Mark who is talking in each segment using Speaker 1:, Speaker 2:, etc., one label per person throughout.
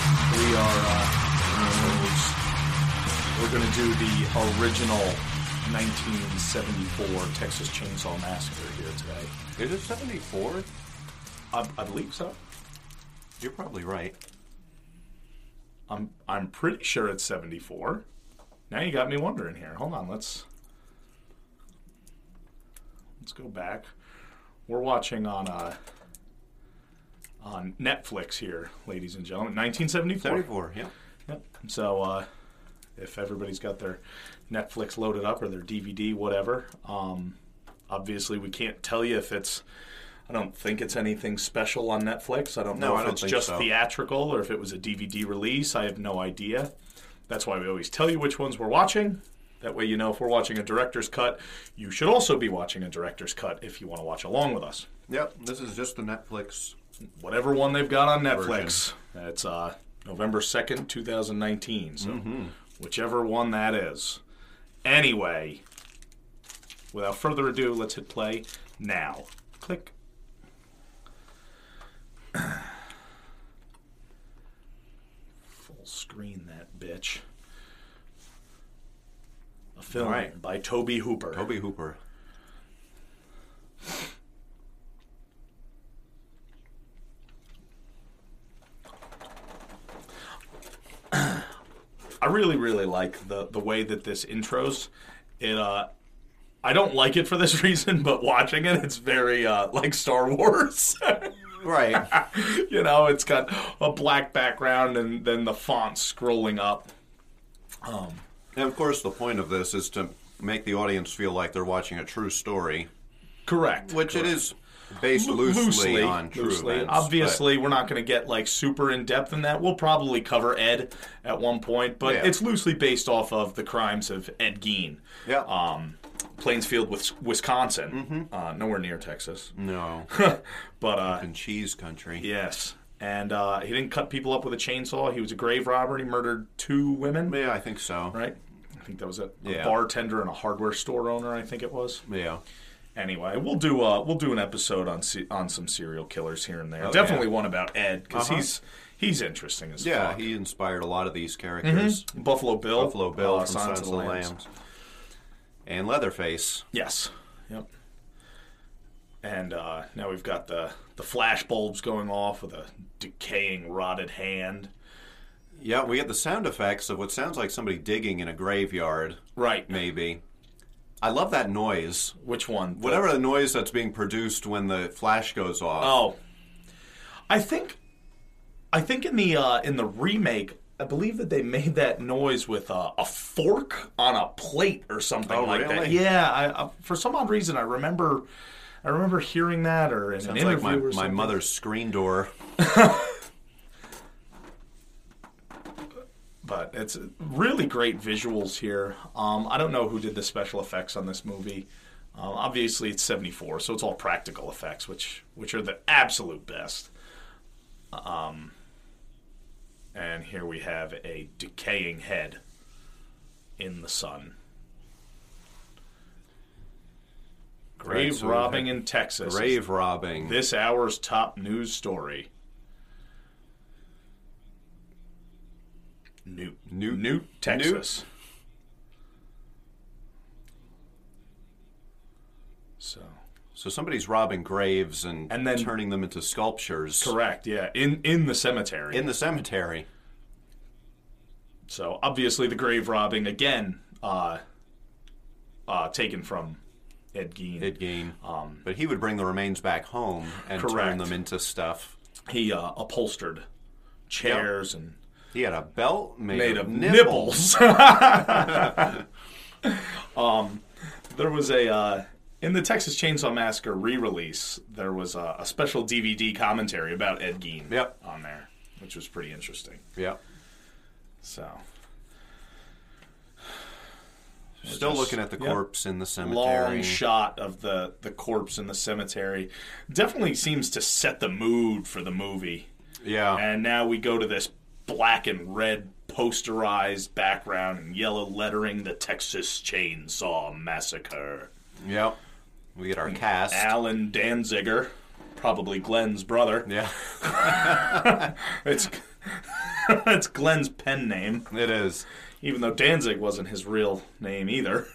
Speaker 1: are uh, we're going to do the original 1974 Texas Chainsaw Massacre here today.
Speaker 2: Is it 74?
Speaker 1: I, I believe so.
Speaker 2: You're probably right.
Speaker 1: I'm I'm pretty sure it's 74. Now you got me wondering here. Hold on, let's let's go back. We're watching on uh, on Netflix here, ladies and gentlemen. 1974.
Speaker 2: 74, yeah.
Speaker 1: Yep. So uh, if everybody's got their Netflix loaded up or their DVD, whatever, um, obviously we can't tell you if it's. I don't think it's anything special on Netflix. I don't
Speaker 2: No,
Speaker 1: know
Speaker 2: I
Speaker 1: if
Speaker 2: don't
Speaker 1: it's
Speaker 2: think
Speaker 1: just
Speaker 2: so.
Speaker 1: theatrical or if it was a DVD release. I have no idea. That's why we always tell you which ones we're watching. That way, you know if we're watching a director's cut, you should also be watching a director's cut if you want to watch along with us.
Speaker 2: Yep, this is just the Netflix.
Speaker 1: Whatever one they've got on Netflix. That's uh, November 2nd, 2019. So,
Speaker 2: Mm-hmm.
Speaker 1: whichever one that is. Anyway, without further ado, let's hit play now. Click. Full screen that bitch. A film
Speaker 2: All right.
Speaker 1: by Toby Hooper.
Speaker 2: Toby Hooper.
Speaker 1: I really, really like the the way that this intros. It uh, I don't like it for this reason, but watching it, it's very uh, like Star Wars.
Speaker 2: Right.
Speaker 1: you know, it's got a black background and then the font scrolling up.
Speaker 2: and of course, the point of this is to make the audience feel like they're watching a true story,
Speaker 1: Correct.
Speaker 2: which it is based loosely, on true
Speaker 1: loosely.
Speaker 2: events,
Speaker 1: Obviously, we're not going to get like super in depth in that. We'll probably cover Ed at one point, but
Speaker 2: Yeah.
Speaker 1: it's loosely based off of the crimes of Ed Gein.
Speaker 2: but- Yeah.
Speaker 1: Um, Plainsfield, Wis- Wisconsin,
Speaker 2: Mm-hmm.
Speaker 1: uh, nowhere near Texas,
Speaker 2: no.
Speaker 1: but uh,
Speaker 2: in cheese country.
Speaker 1: Yes. And uh, he didn't cut people up with a chainsaw. He was a grave robber. He murdered two women,
Speaker 2: Yeah, I think so.
Speaker 1: right? I think that was it. A
Speaker 2: Yeah.
Speaker 1: bartender and a hardware store owner, I think it was.
Speaker 2: Yeah.
Speaker 1: Anyway, we'll do uh, we'll do an episode on se- on some serial killers here and there.
Speaker 2: Oh,
Speaker 1: Definitely
Speaker 2: yeah.
Speaker 1: one about Ed because
Speaker 2: Uh-huh.
Speaker 1: he's he's interesting as
Speaker 2: Yeah,
Speaker 1: fuck. Mm-hmm.
Speaker 2: he inspired a lot of these characters.
Speaker 1: Buffalo Bill,
Speaker 2: Buffalo Bill
Speaker 1: uh,
Speaker 2: from Sons, of the Lambs. And Leatherface.
Speaker 1: Yes. Yep. And uh, now we've got the the flash bulbs going off with a decaying, rotted hand.
Speaker 2: Yeah, we had the sound effects of what sounds like somebody digging in a graveyard,
Speaker 1: Right.
Speaker 2: maybe. I love that noise.
Speaker 1: Which one? The-
Speaker 2: Whatever the noise that's being produced when the flash goes off.
Speaker 1: Oh, I think, I think in the uh, in the remake, I believe that they made that noise with uh, a fork on a plate or something
Speaker 2: Oh,
Speaker 1: like that.
Speaker 2: really?
Speaker 1: Yeah, I, I, for some odd reason, I remember, I remember hearing that or in
Speaker 2: Sounds
Speaker 1: an
Speaker 2: like
Speaker 1: interview
Speaker 2: my,
Speaker 1: or
Speaker 2: my
Speaker 1: something.
Speaker 2: mother's screen door.
Speaker 1: But it's really great visuals here. Um, I don't know who did the special effects on this movie. Um, obviously, it's '74, so it's all practical effects, which which are the absolute best. Um, and here we have a decaying head in the sun. Grave
Speaker 2: Right, so we
Speaker 1: robbing in Texas. is
Speaker 2: Grave robbing.
Speaker 1: This hour's top news story. Newt.
Speaker 2: Newt-
Speaker 1: Newt, Texas. So.
Speaker 2: So somebody's robbing graves and,
Speaker 1: And then-
Speaker 2: turning them into sculptures
Speaker 1: Correct, yeah. In in the cemetery.
Speaker 2: in the cemetery.
Speaker 1: so obviously the grave robbing again, uh uh taken from Ed Gein.
Speaker 2: Ed Gein. Um, but he would bring the remains back home and turn
Speaker 1: Correct.
Speaker 2: them into stuff.
Speaker 1: he uh upholstered chairs and
Speaker 2: He had a belt made,
Speaker 1: made
Speaker 2: of
Speaker 1: of
Speaker 2: nipples.
Speaker 1: nipples. um, there was a uh, in the Texas Chainsaw Massacre re-release. There was a, a special DVD commentary about Ed Gein
Speaker 2: Yep.
Speaker 1: on there, which was pretty interesting.
Speaker 2: Yep.
Speaker 1: So
Speaker 2: Still
Speaker 1: just-
Speaker 2: looking at the
Speaker 1: yep.
Speaker 2: corpse in the cemetery.
Speaker 1: long shot of the the corpse in the cemetery definitely seems to set the mood for the movie.
Speaker 2: yeah.
Speaker 1: And now we go to this black and red posterized background and yellow lettering the Texas Chainsaw Massacre.
Speaker 2: Yep. We get our cast.
Speaker 1: Alan Danziger, probably Glenn's brother.
Speaker 2: Yeah.
Speaker 1: It's That's Glenn's pen name,
Speaker 2: It is.
Speaker 1: even though Danzig wasn't his real name either.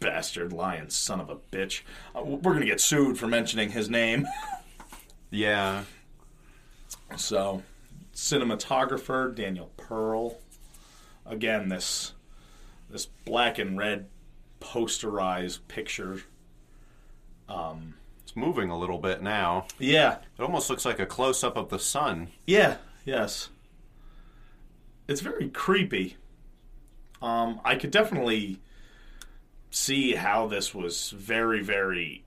Speaker 1: Bastard lion, son of a bitch. Uh, we're gonna get sued for mentioning his name.
Speaker 2: Yeah.
Speaker 1: So, cinematographer Daniel Pearl. Again, this this black and red posterized picture.
Speaker 2: It's moving a little bit now.
Speaker 1: Yeah,
Speaker 2: It almost looks like a close up of the sun.
Speaker 1: yeah, yes. It's very creepy. Um, I could definitely see how this was very, very.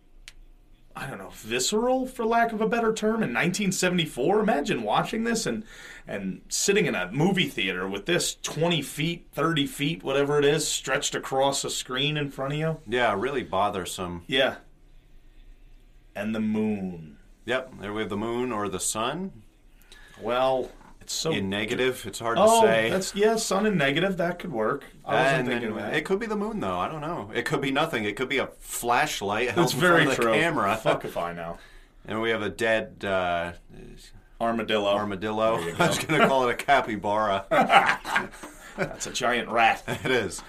Speaker 1: I don't know, visceral for lack of a better term in 1974. Imagine watching this and and sitting in a movie theater with this 20 feet, 30 feet, whatever it is, stretched across a screen in front of you.
Speaker 2: Yeah, really bothersome.
Speaker 1: Yeah. And the moon.
Speaker 2: Yep, there we have the moon or the sun.
Speaker 1: Well, it's so
Speaker 2: In negative, it's hard
Speaker 1: Oh,
Speaker 2: to say.
Speaker 1: that's yeah, sun and negative. That could work. I wasn't
Speaker 2: And
Speaker 1: thinking of that.
Speaker 2: It could be the moon, though. I don't know. It could be nothing. It could be a flashlight held
Speaker 1: That's very
Speaker 2: in front of
Speaker 1: true.
Speaker 2: the camera.
Speaker 1: Fuck if I know.
Speaker 2: And we have a dead uh,
Speaker 1: Armadillo.
Speaker 2: armadillo. I was going to call it a capybara.
Speaker 1: That's a giant rat.
Speaker 2: it is.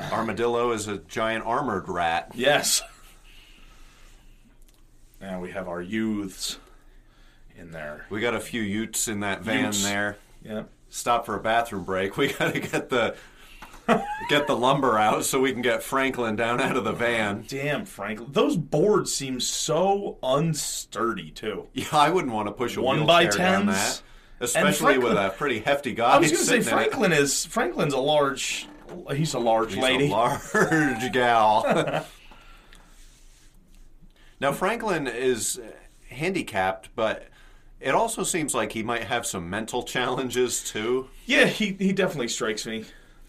Speaker 2: Armadillo is a giant armored rat.
Speaker 1: yes. Now we have our youths in there.
Speaker 2: We got a few utes in that van
Speaker 1: Utes.
Speaker 2: there.
Speaker 1: Yeah.
Speaker 2: Stop for a bathroom break. We got to get the get the lumber out so we can get Franklin down out of the van.
Speaker 1: Damn, Franklin. Those boards seem so unsturdy too.
Speaker 2: Yeah, I wouldn't want to push a
Speaker 1: One by
Speaker 2: wheelchair down that,
Speaker 1: tens?
Speaker 2: especially
Speaker 1: Franklin-
Speaker 2: with a pretty hefty guy.
Speaker 1: I was gonna say
Speaker 2: sitting in it.
Speaker 1: Franklin is Franklin's a large. He's a large
Speaker 2: She's
Speaker 1: lady.
Speaker 2: a large gal. now Franklin is handicapped, but it also seems like he might have some mental challenges too.
Speaker 1: yeah, he he definitely strikes me.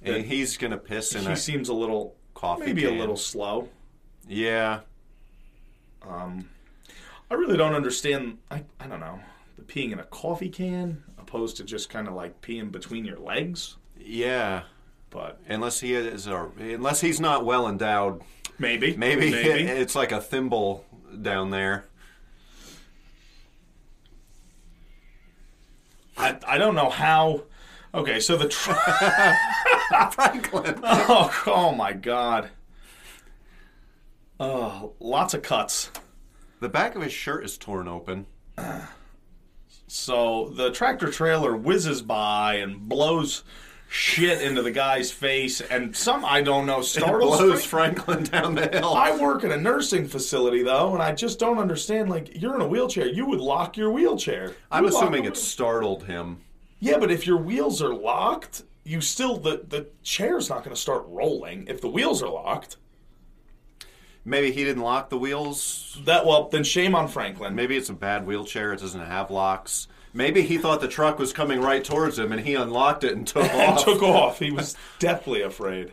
Speaker 2: And he's gonna piss in
Speaker 1: He
Speaker 2: a
Speaker 1: seems a little
Speaker 2: coffee.
Speaker 1: maybe
Speaker 2: can.
Speaker 1: a little slow.
Speaker 2: Yeah,
Speaker 1: I really don't understand. I, I don't know. The peeing in a coffee can opposed to just kind of like peeing between your legs.
Speaker 2: yeah.
Speaker 1: But
Speaker 2: Unless he is, or unless he's not well endowed,
Speaker 1: maybe.
Speaker 2: maybe,
Speaker 1: Maybe.
Speaker 2: it's like a thimble down there.
Speaker 1: I, I don't know how. Okay, so the. Tr-
Speaker 2: Franklin.
Speaker 1: oh, oh my God. Oh, lots of cuts.
Speaker 2: The back of his shirt is torn open.
Speaker 1: So the tractor trailer whizzes by and blows shit into the guy's face, and some, I don't know, startles.
Speaker 2: Blows Franklin down the hill.
Speaker 1: I work in a nursing facility though, and I just don't understand. Like, you're in a wheelchair, you would lock your wheelchair. You
Speaker 2: I'm
Speaker 1: lock
Speaker 2: assuming
Speaker 1: the
Speaker 2: it startled him.
Speaker 1: wheel- yeah, but if your wheels are locked, you still the the chair's not going to start rolling if the wheels are locked.
Speaker 2: Maybe he didn't lock the wheels.
Speaker 1: That well, then shame on Franklin.
Speaker 2: Maybe it's a bad wheelchair. It doesn't have locks. Maybe he thought the truck was coming right towards him and he unlocked it and took
Speaker 1: And
Speaker 2: off.
Speaker 1: took off. He was deathly afraid.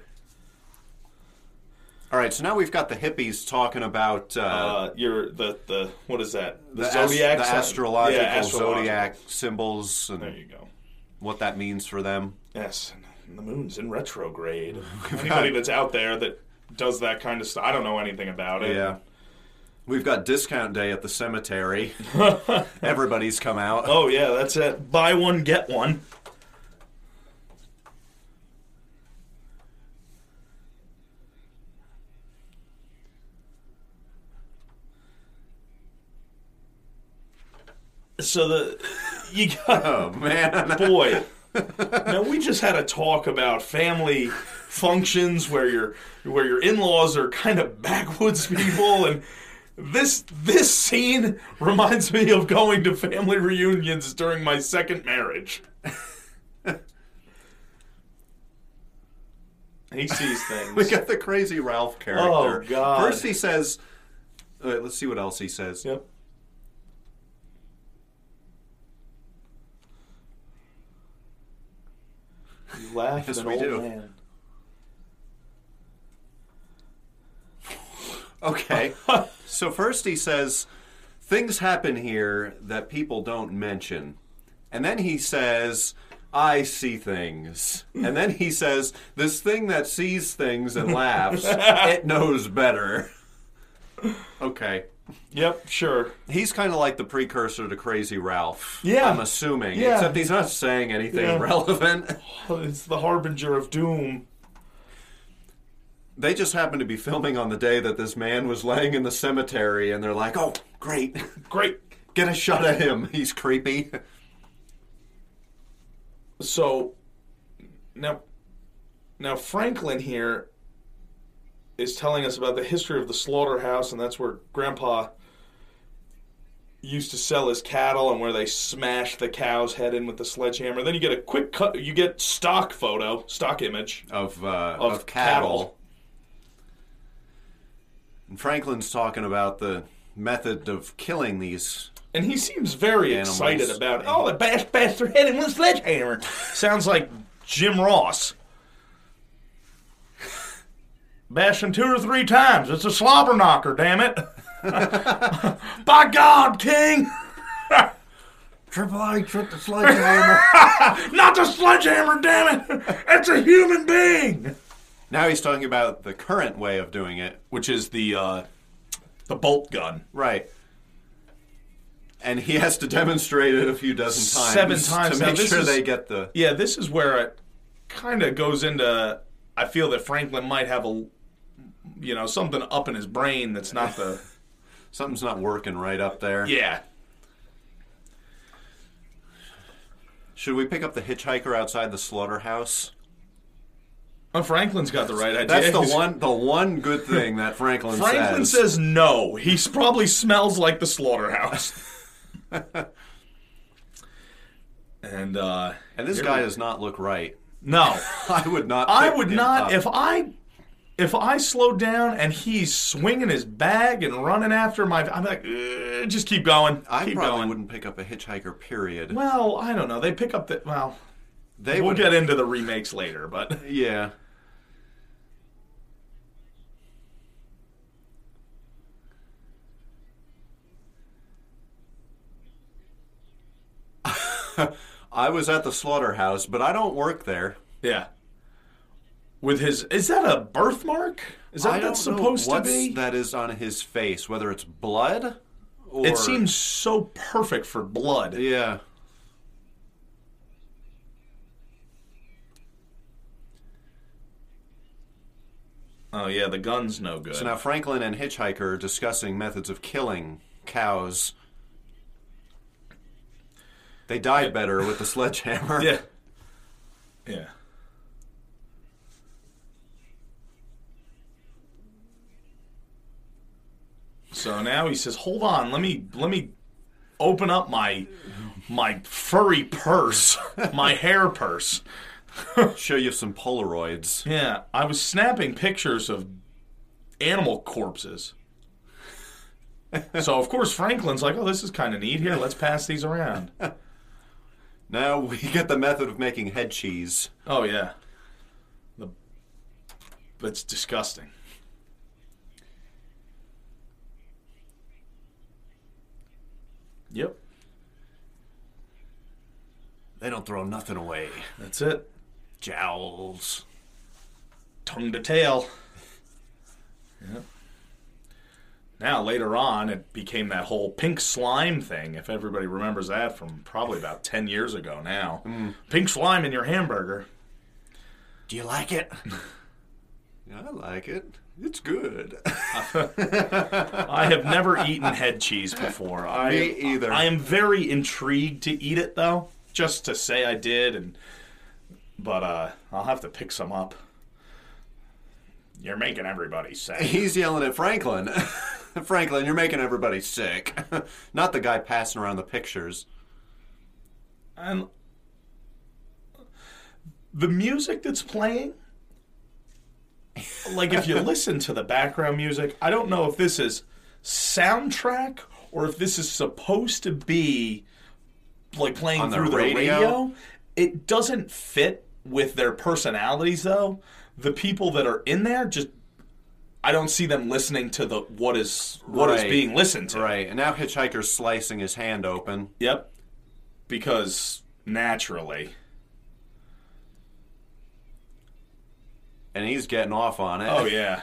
Speaker 2: All right, so now we've got the hippies talking about uh,
Speaker 1: Uh, your the the what is that? The,
Speaker 2: the, ast-
Speaker 1: zodiac,
Speaker 2: the
Speaker 1: sign?
Speaker 2: astrological,
Speaker 1: Yeah, astrological.
Speaker 2: zodiac symbols
Speaker 1: There
Speaker 2: and
Speaker 1: you go.
Speaker 2: what that means for them.
Speaker 1: Yes, and the moon's in retrograde. Anybody that's out there that does that kind of stuff, I don't know anything about it.
Speaker 2: Yeah. We've got discount day at the cemetery. Everybody's come out.
Speaker 1: Oh yeah, that's it. Buy one get one. So the you got
Speaker 2: Oh, man.
Speaker 1: boy. Now we just had a talk about family functions where your where your in-laws are kind of backwoods people and this this scene reminds me of going to family reunions during my second marriage. he sees
Speaker 2: We
Speaker 1: things.
Speaker 2: got the crazy Ralph character.
Speaker 1: Oh, God.
Speaker 2: First he says, all right, let's see what else he says.
Speaker 1: Yep. You laugh
Speaker 2: Yes,
Speaker 1: at an
Speaker 2: we
Speaker 1: old
Speaker 2: do.
Speaker 1: man.
Speaker 2: Okay. so first he says, things happen here that people don't mention. And then he says, I see things. And then he says, this thing that sees things and laughs, it knows better. Okay.
Speaker 1: Yep, sure.
Speaker 2: He's kind of like the precursor to Crazy Ralph.
Speaker 1: Yeah.
Speaker 2: I'm assuming.
Speaker 1: Yeah.
Speaker 2: Except he's not saying anything
Speaker 1: Yeah.
Speaker 2: relevant.
Speaker 1: It's the harbinger of doom.
Speaker 2: They just happened to be filming on the day that this man was laying in the cemetery, and they're like, "Oh, great,
Speaker 1: Great.
Speaker 2: get a shot at him. He's creepy."
Speaker 1: So now, now Franklin here is telling us about the history of the slaughterhouse, and that's where Grandpa used to sell his cattle, and where they smashed the cow's head in with the sledgehammer. Then you get a quick cut. You get stock photo, stock image.
Speaker 2: of uh,
Speaker 1: Of
Speaker 2: of, cattle.
Speaker 1: cattle.
Speaker 2: And Franklin's talking about the method of killing these.
Speaker 1: And he seems very
Speaker 2: Animals.
Speaker 1: excited about oh, I bashed bashed their head in with a sledgehammer. Sounds like Jim Ross. Bash him two or three times. It's a slobber knocker, damn it. By God, King!
Speaker 2: Triple H with the sledgehammer.
Speaker 1: Not the sledgehammer, damn it! It's a human being!
Speaker 2: now he's talking about the current way of doing it,
Speaker 1: Which is the uh, the bolt gun.
Speaker 2: right? And he has to demonstrate it a few dozen times,
Speaker 1: Seven times.
Speaker 2: to
Speaker 1: Now,
Speaker 2: make
Speaker 1: this
Speaker 2: sure
Speaker 1: is-
Speaker 2: they get the.
Speaker 1: Yeah, this is where it kind of goes into. I feel that Franklin might have a, you know, something up in his brain that's not the.
Speaker 2: Something's not working right up there.
Speaker 1: Yeah.
Speaker 2: Should we pick up the hitchhiker outside the slaughterhouse?
Speaker 1: Oh, Franklin's got the right idea.
Speaker 2: That's the
Speaker 1: He's-
Speaker 2: one. The one good thing that Franklin,
Speaker 1: Franklin
Speaker 2: says.
Speaker 1: says no. He s- probably smells like the slaughterhouse. and uh
Speaker 2: And this
Speaker 1: here
Speaker 2: guy
Speaker 1: we-
Speaker 2: does not look right.
Speaker 1: no.
Speaker 2: I would not.
Speaker 1: I
Speaker 2: pick
Speaker 1: would
Speaker 2: him
Speaker 1: not
Speaker 2: up.
Speaker 1: if I if I slowed down and he's swinging his bag and running after my I'm like "Ugh, just keep going.
Speaker 2: I
Speaker 1: keep
Speaker 2: probably
Speaker 1: going.
Speaker 2: wouldn't pick up a hitchhiker. Period.
Speaker 1: Well, I don't know. They pick up the well,
Speaker 2: They
Speaker 1: we'll
Speaker 2: would.
Speaker 1: get into the remakes later, but
Speaker 2: yeah. I was at the slaughterhouse, but I don't work there.
Speaker 1: yeah. With his is that a birthmark? Is that
Speaker 2: I
Speaker 1: what
Speaker 2: don't
Speaker 1: that's
Speaker 2: know
Speaker 1: supposed to
Speaker 2: what's
Speaker 1: be?
Speaker 2: That is on his face, whether it's blood. Or,
Speaker 1: It seems so perfect for blood.
Speaker 2: Yeah.
Speaker 1: Oh yeah, the gun's no good.
Speaker 2: So now Franklin and Hitchhiker are discussing methods of killing cows. They died better with the sledgehammer.
Speaker 1: yeah. Yeah. So now he says, "Hold on, let me let me open up my my furry purse, my hair purse."
Speaker 2: Show you some Polaroids.
Speaker 1: Yeah, I was snapping pictures of animal corpses. so of course Franklin's like, "Oh, this is kind of neat. Here, let's pass these around."
Speaker 2: Now we get the method of making head cheese.
Speaker 1: Oh yeah, the that's disgusting. Yep,
Speaker 2: They don't throw nothing away.
Speaker 1: that's it.
Speaker 2: Jowls.
Speaker 1: Tongue to tail. Yep. Now later on, it became that whole pink slime thing. If everybody remembers that from probably about ten years ago now,
Speaker 2: Hmm.
Speaker 1: pink slime in your hamburger.
Speaker 2: Do you like it? I like it. It's good.
Speaker 1: I have never eaten head cheese before. I,
Speaker 2: Me either.
Speaker 1: I am very intrigued to eat it though, just to say I did. And but uh, I'll have to pick some up. You're making everybody sick.
Speaker 2: He's yelling at Franklin. Franklin, you're making everybody sick. Not the guy passing around the pictures.
Speaker 1: and the music that's playing, like if you listen to the background music, I don't know if this is soundtrack or if this is supposed to be like playing
Speaker 2: the
Speaker 1: through the
Speaker 2: radio?
Speaker 1: radio. It doesn't fit with their personalities though. The people that are in there just I don't see them listening to the what is what is
Speaker 2: Right.
Speaker 1: being listened to.
Speaker 2: Right, and now Hitchhiker's slicing his hand open.
Speaker 1: Yep. Because naturally.
Speaker 2: and he's getting off on it.
Speaker 1: Oh yeah.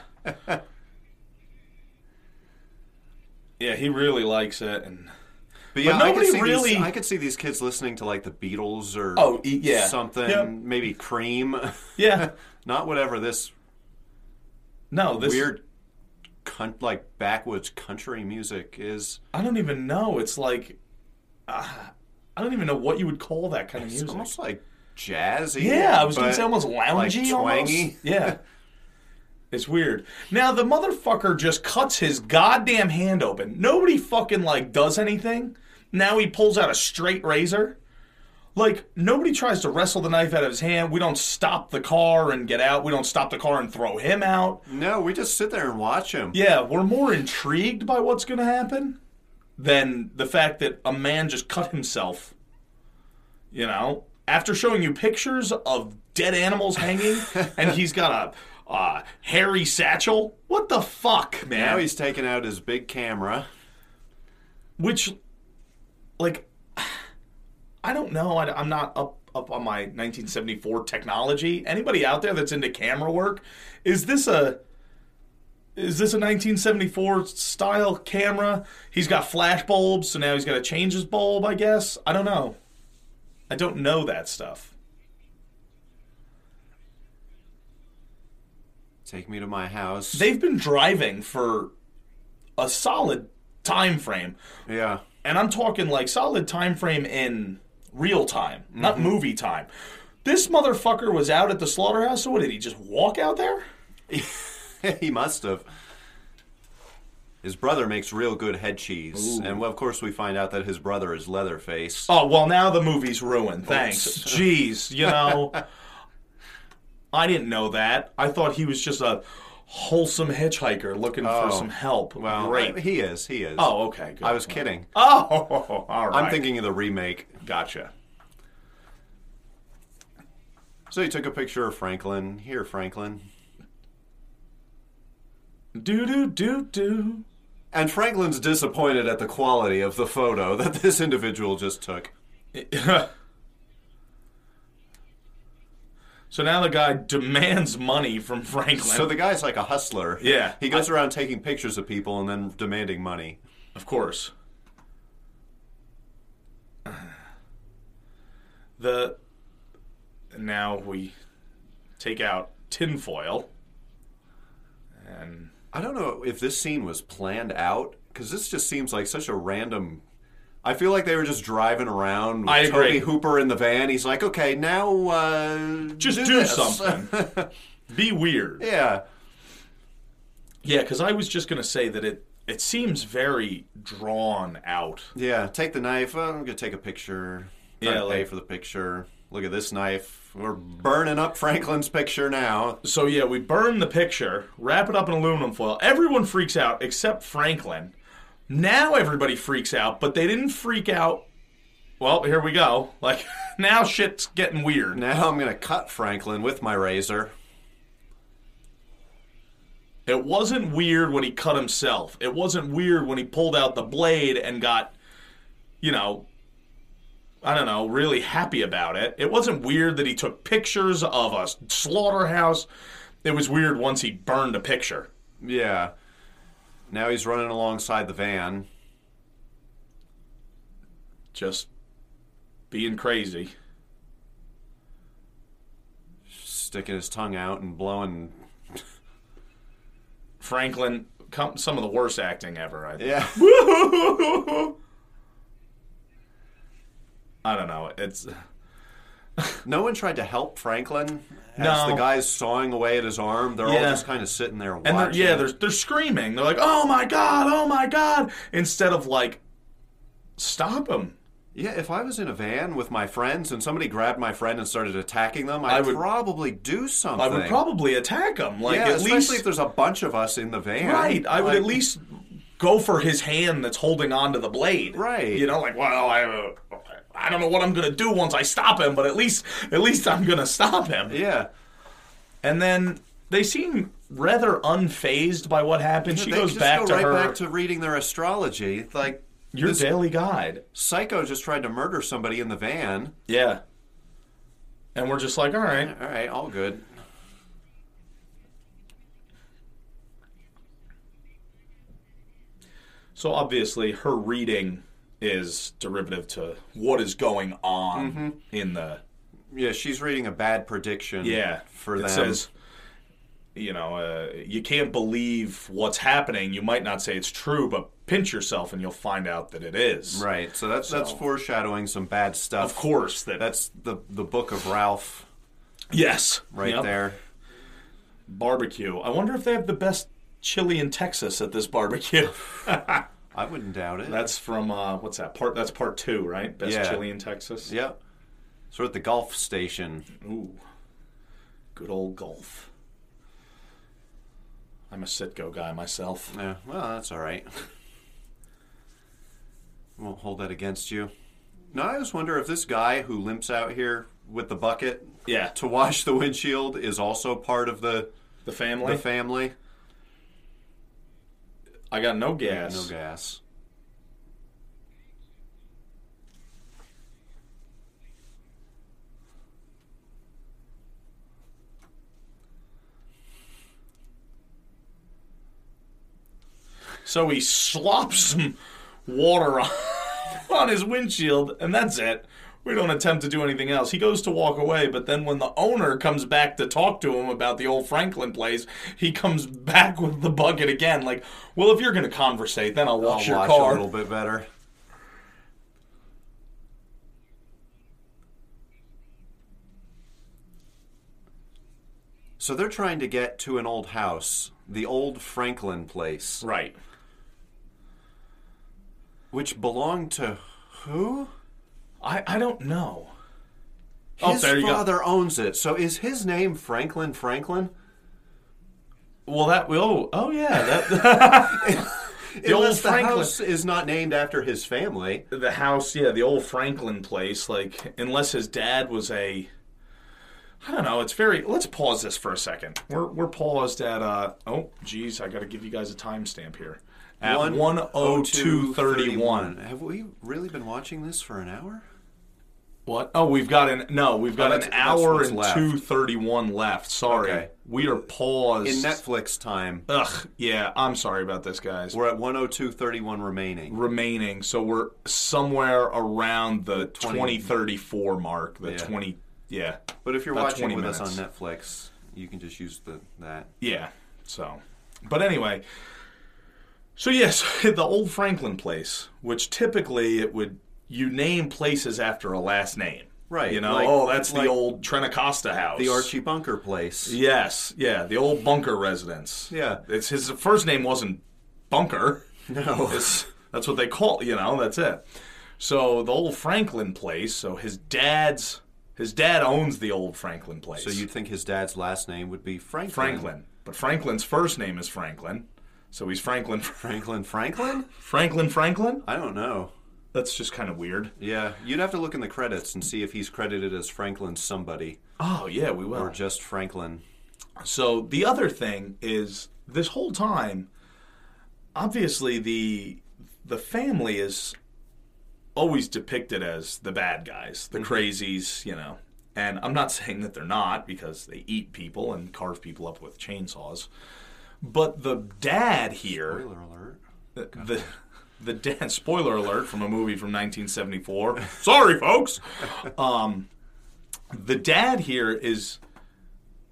Speaker 1: Yeah, he really likes it, and
Speaker 2: But yeah, I could
Speaker 1: nobody
Speaker 2: see
Speaker 1: really-
Speaker 2: These, I could see these kids listening to like the Beatles or
Speaker 1: Oh, e- yeah.
Speaker 2: something.
Speaker 1: Yep.
Speaker 2: Maybe Cream.
Speaker 1: yeah,
Speaker 2: Not whatever this
Speaker 1: no, this
Speaker 2: weird, cunt like backwoods country music is.
Speaker 1: I don't even know. It's like uh, I don't even know what you would call that kind of
Speaker 2: It's
Speaker 1: music.
Speaker 2: almost like jazzy.
Speaker 1: yeah, I was going
Speaker 2: but
Speaker 1: to say almost loungy,
Speaker 2: twangy.
Speaker 1: almost. Yeah, it's weird. Now the motherfucker just cuts his goddamn hand open. Nobody fucking like does anything. Now he pulls out a straight razor. Like nobody tries to wrestle the knife out of his hand. We don't stop the car and get out. We don't stop the car and throw him out.
Speaker 2: No, we just sit there and watch him.
Speaker 1: Yeah, we're more intrigued by what's going to happen than the fact that a man just cut himself. You know, after showing you pictures of dead animals hanging, and he's got a uh, hairy satchel. What the fuck, man?
Speaker 2: Now he's taking out his big camera.
Speaker 1: which like i don't know I, am not up up on my 1974 technology anybody out there that's into camera work is this a is this a 1974 style camera he's got flash bulbs so now he's got to change his bulb i guess i don't know i don't know that stuff
Speaker 2: Take me to my house.
Speaker 1: they've been driving for a solid time frame
Speaker 2: yeah.
Speaker 1: and I'm talking like solid time frame in real time, not movie time. This motherfucker was out at the slaughterhouse. So what did he just walk out there?
Speaker 2: he must have. His brother makes real good head cheese. And well, of course, we find out that his brother is Leatherface.
Speaker 1: Oh well, now the movie's ruined. Thanks. Jeez, you know, I didn't know that. I thought he was just a wholesome hitchhiker looking for some help.
Speaker 2: Well,
Speaker 1: Great.
Speaker 2: He is. He is.
Speaker 1: Oh, okay. Good.
Speaker 2: I was kidding.
Speaker 1: Oh, all right.
Speaker 2: I'm thinking of the remake.
Speaker 1: Gotcha.
Speaker 2: So he took a picture of Franklin. Here, Franklin.
Speaker 1: Do do do do.
Speaker 2: And Franklin's disappointed at the quality of the photo that this individual just took.
Speaker 1: so now the guy demands money from Franklin.
Speaker 2: So the guy's like a hustler.
Speaker 1: Yeah.
Speaker 2: He goes around taking pictures of people and then demanding money.
Speaker 1: Of course. The now we take out tinfoil and
Speaker 2: I don't know if this scene was planned out because this just seems like such a random. I feel like they were just driving around with
Speaker 1: I agree.
Speaker 2: Toby Hooper in the van. He's like, okay, now uh,
Speaker 1: just do,
Speaker 2: this."
Speaker 1: something. Be weird.
Speaker 2: yeah,
Speaker 1: Yeah, because I was just gonna say that it it seems very drawn out.
Speaker 2: yeah. Take the knife. Oh, I'm gonna take a picture. Try
Speaker 1: Yeah,
Speaker 2: to pay
Speaker 1: like-
Speaker 2: for the picture. Look at this knife. We're burning up Franklin's picture now.
Speaker 1: So yeah, we burn the picture, wrap it up in aluminum foil. Everyone freaks out except Franklin. Now everybody freaks out, but they didn't freak out. Well, here we go. Like now shit's getting weird.
Speaker 2: Now I'm gonna cut Franklin with my razor.
Speaker 1: It wasn't weird when he cut himself. It wasn't weird when he pulled out the blade and got you know I don't know, really happy about it. It wasn't weird that he took pictures of a slaughterhouse. It was weird once he burned a picture.
Speaker 2: Yeah. Now he's running alongside the van.
Speaker 1: Just being crazy.
Speaker 2: sticking his tongue out and blowing.
Speaker 1: Franklin, com- some of the worst acting ever. I, think.
Speaker 2: Yeah.
Speaker 1: I don't know. It's
Speaker 2: no one tried to help Franklin. As
Speaker 1: No.
Speaker 2: the guy's sawing away at his arm, they're all
Speaker 1: Yeah.
Speaker 2: just kind of sitting there
Speaker 1: and they're,
Speaker 2: watching.
Speaker 1: yeah, they're they're screaming. They're like, "Oh my god! Oh my god!" Instead of like, stop him.
Speaker 2: Yeah, if I was in a van with my friends and somebody grabbed my friend and started attacking them, I'd
Speaker 1: I would-
Speaker 2: probably do something.
Speaker 1: I would probably attack him. Like
Speaker 2: yeah,
Speaker 1: at
Speaker 2: especially
Speaker 1: least
Speaker 2: if there's a bunch of us in the van.
Speaker 1: right. I would
Speaker 2: Like,
Speaker 1: at least go for his hand that's holding onto the blade.
Speaker 2: Right.
Speaker 1: You know, like, well, I. Uh, I don't know what I'm gonna do once I stop him, but at least, at least I'm gonna stop him.
Speaker 2: Yeah.
Speaker 1: And then they seem rather unfazed by what happened. She
Speaker 2: they
Speaker 1: goes
Speaker 2: just
Speaker 1: back
Speaker 2: go
Speaker 1: to
Speaker 2: right
Speaker 1: her
Speaker 2: back to reading their astrology. Like
Speaker 1: your
Speaker 2: this
Speaker 1: daily guide.
Speaker 2: psycho just tried to murder somebody in the van.
Speaker 1: Yeah. And we're just like, all right.
Speaker 2: All right, all good.
Speaker 1: So obviously, her reading is derivative to what is going on
Speaker 2: Mm-hmm.
Speaker 1: in the
Speaker 2: Yeah, she's reading a bad prediction.
Speaker 1: yeah
Speaker 2: for
Speaker 1: it
Speaker 2: them.
Speaker 1: says you know uh, you can't believe what's happening you might not say it's true but pinch yourself and you'll find out that it is
Speaker 2: right. So that's that's
Speaker 1: So-
Speaker 2: foreshadowing some bad stuff.
Speaker 1: of course that
Speaker 2: That's the the book of Ralph
Speaker 1: yes
Speaker 2: right
Speaker 1: Yep.
Speaker 2: there.
Speaker 1: barbecue i wonder if they have the best chili in texas at this barbecue
Speaker 2: I wouldn't doubt it.
Speaker 1: that's from uh, what's that part that's part two right best
Speaker 2: Yeah.
Speaker 1: chili in texas
Speaker 2: yeah. So we're at the golf station.
Speaker 1: Ooh. Good old golf. I'm a Sitco guy myself.
Speaker 2: Yeah. Well, that's all right. Won't hold that against you. Now I just wonder if this guy who limps out here with the bucket
Speaker 1: Yeah.
Speaker 2: to wash the windshield is also part of the
Speaker 1: The family?
Speaker 2: the family.
Speaker 1: I got no gas.
Speaker 2: No gas.
Speaker 1: So he slops some water on, on his windshield, and that's it. We don't attempt to do anything else. He goes to walk away, but then when the owner comes back to talk to him about the old Franklin place, he comes back with the bucket again. Like, well, if you're going to conversate, then I'll
Speaker 2: I'll
Speaker 1: wash your
Speaker 2: watch
Speaker 1: car.
Speaker 2: a little bit better. So they're trying to get to an old house, the old Franklin place,
Speaker 1: Right.
Speaker 2: which belonged to who?
Speaker 1: I, I don't know. Oh,
Speaker 2: His
Speaker 1: there you go.
Speaker 2: father owns it. So is his name Franklin Franklin?
Speaker 1: Well, that will. Oh, yeah. That,
Speaker 2: The
Speaker 1: old Franklin.
Speaker 2: house is not named after his family.
Speaker 1: the house, yeah, the old Franklin place, like unless his dad was a I don't know, it's very let's pause this for a second. We're we're paused at uh oh geez, I gotta give you guys a timestamp here. At one oh two thirty one.
Speaker 2: Have we really been watching this for an hour?
Speaker 1: What? Oh we've got an no, we've got
Speaker 2: Oh,
Speaker 1: an
Speaker 2: that's- that's
Speaker 1: hour
Speaker 2: what's
Speaker 1: and
Speaker 2: left.
Speaker 1: two thirty one left. Sorry.
Speaker 2: Okay.
Speaker 1: We are paused.
Speaker 2: In Netflix time,
Speaker 1: Ugh, yeah, I'm sorry about this guys.
Speaker 2: We're at 102.31 remaining.
Speaker 1: remaining. So we're somewhere around the
Speaker 2: 20
Speaker 1: twenty thirty four mark. The
Speaker 2: Yeah.
Speaker 1: twenty yeah.
Speaker 2: But if you're
Speaker 1: About
Speaker 2: watching
Speaker 1: 20
Speaker 2: with us on
Speaker 1: minutes.
Speaker 2: Netflix, you can just use the that.
Speaker 1: Yeah. So, but anyway. So yes, the old Franklin place, which typically it would you name places after a last name,
Speaker 2: Right,
Speaker 1: You know,
Speaker 2: like-
Speaker 1: oh, that's
Speaker 2: like
Speaker 1: the old Trentacosta house,
Speaker 2: The Archie Bunker place.
Speaker 1: Yes, yeah, the old Bunker residence.
Speaker 2: Yeah.
Speaker 1: it's his first name wasn't Bunker.
Speaker 2: No.
Speaker 1: It's- that's what they call you know. That's it. So the old Franklin place. So his dad's his dad owns the old Franklin place.
Speaker 2: So you'd think his dad's last name would be Franklin.
Speaker 1: Franklin. But Franklin's first name is Franklin. So he's Franklin.
Speaker 2: Franklin Franklin?
Speaker 1: Franklin Franklin?
Speaker 2: I don't know.
Speaker 1: That's just kind of weird.
Speaker 2: Yeah, you'd have to look in the credits and see if he's credited as Franklin somebody
Speaker 1: Oh, yeah, we will.
Speaker 2: or just Franklin.
Speaker 1: So the other thing is this whole time obviously the the family is always depicted as the bad guys, the crazies, you know. And I'm not saying that they're not because they eat people and carve people up with chainsaws. But the dad here
Speaker 2: Spoiler alert.
Speaker 1: the the dad spoiler alert from a movie from 1974 sorry folks um, the dad here is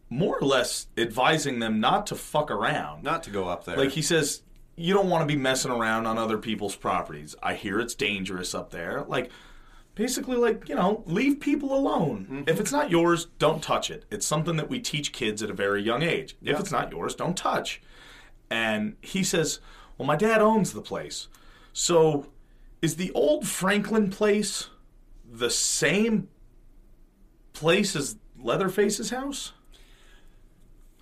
Speaker 1: more or less advising them not to fuck around
Speaker 2: Not to go up there.
Speaker 1: like he says you don't want to be messing around on other people's properties i hear it's dangerous up there like basically like you know leave people alone if it's not yours don't touch it it's something that we teach kids at a very young age if it's not yours don't touch and he says well my dad owns the place so is the old franklin place the same place as leatherface's house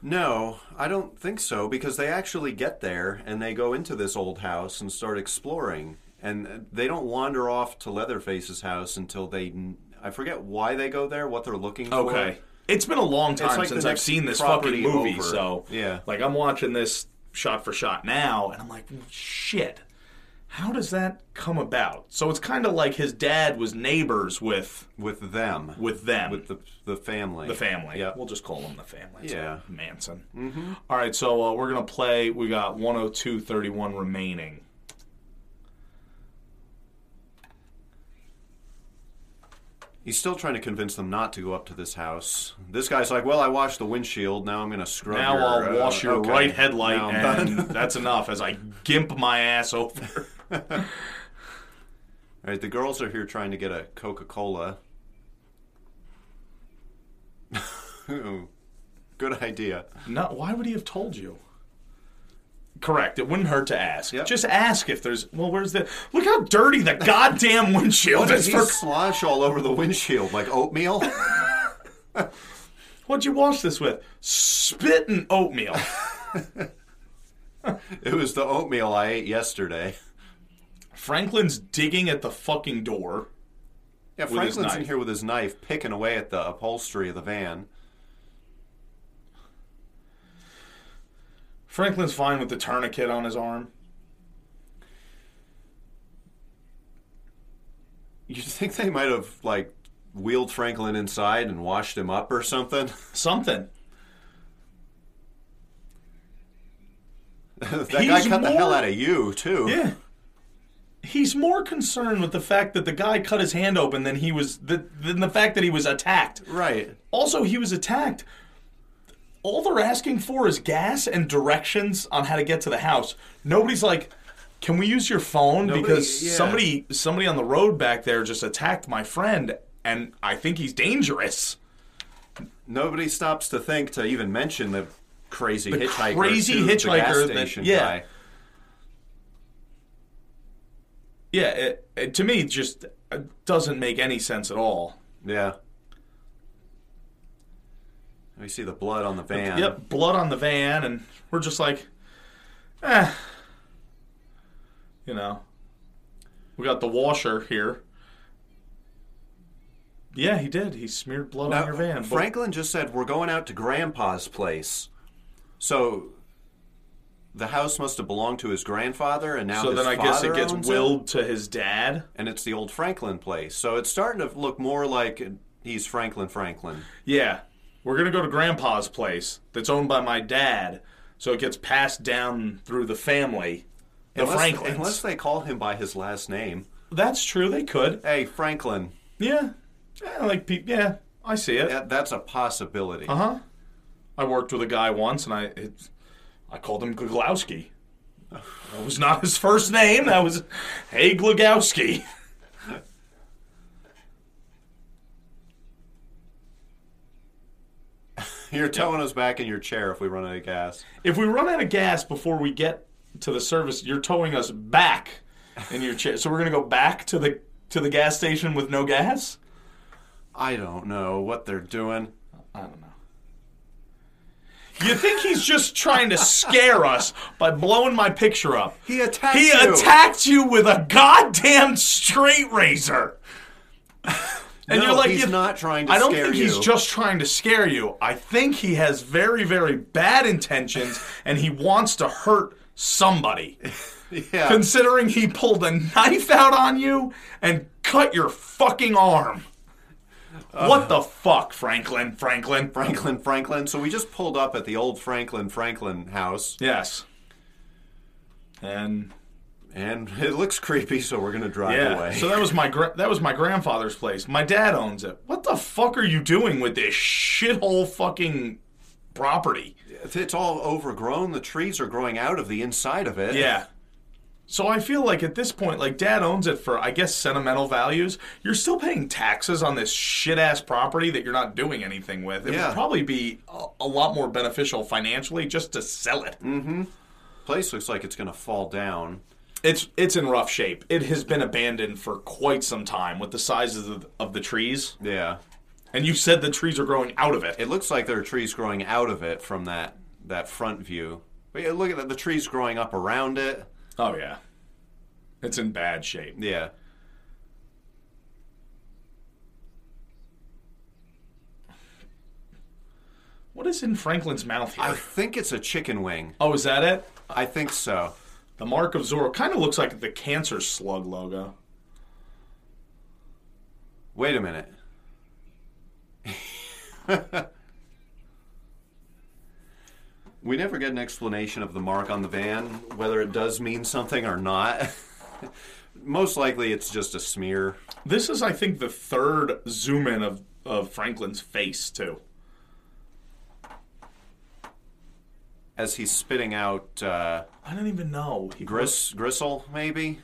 Speaker 2: No, I don't think so because they actually get there and they go into this old house and start exploring. And they don't wander off to Leatherface's house until they. I forget why they go there, what they're looking for.
Speaker 1: Okay. It's been a long time
Speaker 2: like the
Speaker 1: since I've
Speaker 2: next
Speaker 1: seen this
Speaker 2: property
Speaker 1: fucking movie,
Speaker 2: over.
Speaker 1: so
Speaker 2: Yeah.
Speaker 1: like I'm watching this shot for shot now, and I'm like, shit. How does that come about? So it's kind of like his dad was neighbors with
Speaker 2: With them.
Speaker 1: with them,
Speaker 2: With the, the family.
Speaker 1: the family.
Speaker 2: Yeah.
Speaker 1: we'll just call them the family. It's
Speaker 2: Yeah.
Speaker 1: Manson. Mm-hmm. right, so uh, we're gonna play. We got 102.31 remaining.
Speaker 2: He's still trying to convince them not to go up to this house. This guy's like, "Well, I washed the windshield. Now I'm going to scrub."
Speaker 1: Now
Speaker 2: your,
Speaker 1: I'll
Speaker 2: uh,
Speaker 1: wash your
Speaker 2: okay.
Speaker 1: right headlight,
Speaker 2: Now I'm
Speaker 1: and
Speaker 2: done."
Speaker 1: that's enough. As I gimp my ass over.
Speaker 2: All right, the girls are here trying to get a Coca Cola. Good idea.
Speaker 1: No, why would he have told you? Correct. It wouldn't hurt to ask.
Speaker 2: Yep.
Speaker 1: Just ask if there's. Well, where's the? Look how dirty the goddamn windshield
Speaker 2: What did
Speaker 1: is.
Speaker 2: he
Speaker 1: For,
Speaker 2: slosh all over the windshield like oatmeal?
Speaker 1: what'd you wash this with? Spit and oatmeal.
Speaker 2: it was the oatmeal I ate yesterday.
Speaker 1: Franklin's digging at the fucking door.
Speaker 2: Yeah,
Speaker 1: With his
Speaker 2: Franklin's in
Speaker 1: knife.
Speaker 2: here with his knife picking away at the upholstery of the van.
Speaker 1: Franklin's fine with the tourniquet on his arm.
Speaker 2: You think they might have like wheeled Franklin inside and washed him up or something?
Speaker 1: Something.
Speaker 2: that guy
Speaker 1: He's
Speaker 2: cut the hell
Speaker 1: more-
Speaker 2: out of you too.
Speaker 1: Yeah. He's more concerned with the fact that the guy cut his hand open than he was the, than the fact that he was attacked.
Speaker 2: Right.
Speaker 1: Also, he was attacked. All they're asking for is gas and directions on how to get to the house. Nobody's like, "Can we use your phone?"
Speaker 2: Nobody-
Speaker 1: because
Speaker 2: yeah.
Speaker 1: somebody somebody on the road back there just attacked my friend, and I think he's dangerous.
Speaker 2: Nobody stops to think to even mention the crazy hitchhiker,
Speaker 1: crazy
Speaker 2: to the gas
Speaker 1: hitchhiker that-
Speaker 2: station
Speaker 1: yeah.
Speaker 2: guy.
Speaker 1: Yeah, it, it, to me, it just uh, doesn't make any sense at all.
Speaker 2: Yeah. We see the blood on the van.
Speaker 1: Yep, blood on the van, and we're just like, eh. You know, we got the washer here. Yeah, he did. He smeared blood
Speaker 2: Now,
Speaker 1: on your van. but-
Speaker 2: Uh, Franklin just said we're going out to Grandpa's place, so the house must have belonged to his grandfather, and now
Speaker 1: so
Speaker 2: his
Speaker 1: then I guess it
Speaker 2: father
Speaker 1: gets
Speaker 2: owns
Speaker 1: willed to his dad.
Speaker 2: and it's the old Franklin place. So it's starting to look more like he's Franklin Franklin.
Speaker 1: Yeah, we're gonna go to Grandpa's place that's owned by my dad, so it gets passed down through the family. The
Speaker 2: unless,
Speaker 1: Franklins.
Speaker 2: unless they call him by his last name.
Speaker 1: That's true. They could.
Speaker 2: Hey, Franklin.
Speaker 1: Yeah. yeah like, pe- yeah, I see it.
Speaker 2: That, that's a possibility.
Speaker 1: Uh huh. I worked with a guy once, and I it, I called him Glugowski. That was not his first name. That was Hey Glugowski.
Speaker 2: You're towing us back in your chair if we run out of gas.
Speaker 1: If we run out of gas before we get to the service, you're towing us back in your chair. So we're gonna go back to the to the gas station with no gas.
Speaker 2: I don't know what they're doing.
Speaker 1: I don't know. You think he's just trying to scare us by blowing my picture up?
Speaker 2: He attacked
Speaker 1: He
Speaker 2: you.
Speaker 1: attacked you with a goddamn straight razor. And
Speaker 2: No,
Speaker 1: you're like,
Speaker 2: he's
Speaker 1: you-
Speaker 2: not trying to
Speaker 1: I don't
Speaker 2: scare
Speaker 1: think he's
Speaker 2: you.
Speaker 1: just trying to scare you. I think he has very, very bad intentions, and he wants to hurt somebody.
Speaker 2: Yeah.
Speaker 1: Considering he pulled a knife out on you and cut your fucking arm.
Speaker 2: Uh.
Speaker 1: what the fuck, Franklin? Franklin?
Speaker 2: Franklin Franklin. So we just pulled up at the old Franklin Franklin house,
Speaker 1: Yes. And
Speaker 2: and it looks creepy, so we're gonna drive
Speaker 1: yeah,
Speaker 2: away.
Speaker 1: so that was my gra- that was my grandfather's place. My dad owns it. What the fuck are you doing with this shithole fucking property?
Speaker 2: it's all overgrown. The trees are growing out of the inside of it.
Speaker 1: Yeah. So I feel like at this point, like dad owns it for I guess sentimental values. You're still paying taxes on this shit ass property that you're not doing anything with. It
Speaker 2: Yeah.
Speaker 1: would probably be a, a lot more beneficial financially just to sell it.
Speaker 2: Place looks like it's gonna fall down.
Speaker 1: It's it's in rough shape. It has been abandoned for quite some time with the sizes of, of the trees.
Speaker 2: Yeah.
Speaker 1: And you said the trees are growing out of it.
Speaker 2: It looks like there are trees growing out of it from that that front view. But yeah, look at that. The trees growing up around it.
Speaker 1: Oh yeah. It's in bad shape.
Speaker 2: Yeah.
Speaker 1: What is in Franklin's mouth here?
Speaker 2: I think it's a chicken wing.
Speaker 1: oh, is that it?
Speaker 2: I think so.
Speaker 1: The mark of Zorro kind of looks like the cancer slug logo.
Speaker 2: Wait a minute. we never get an explanation of the mark on the van, whether it does mean something or not. Most likely, it's just a smear.
Speaker 1: This is, I think, the third zoom in of, of Franklin's face, too.
Speaker 2: As he's spitting out uh,
Speaker 1: I don't even know. He
Speaker 2: gris, gristle, maybe?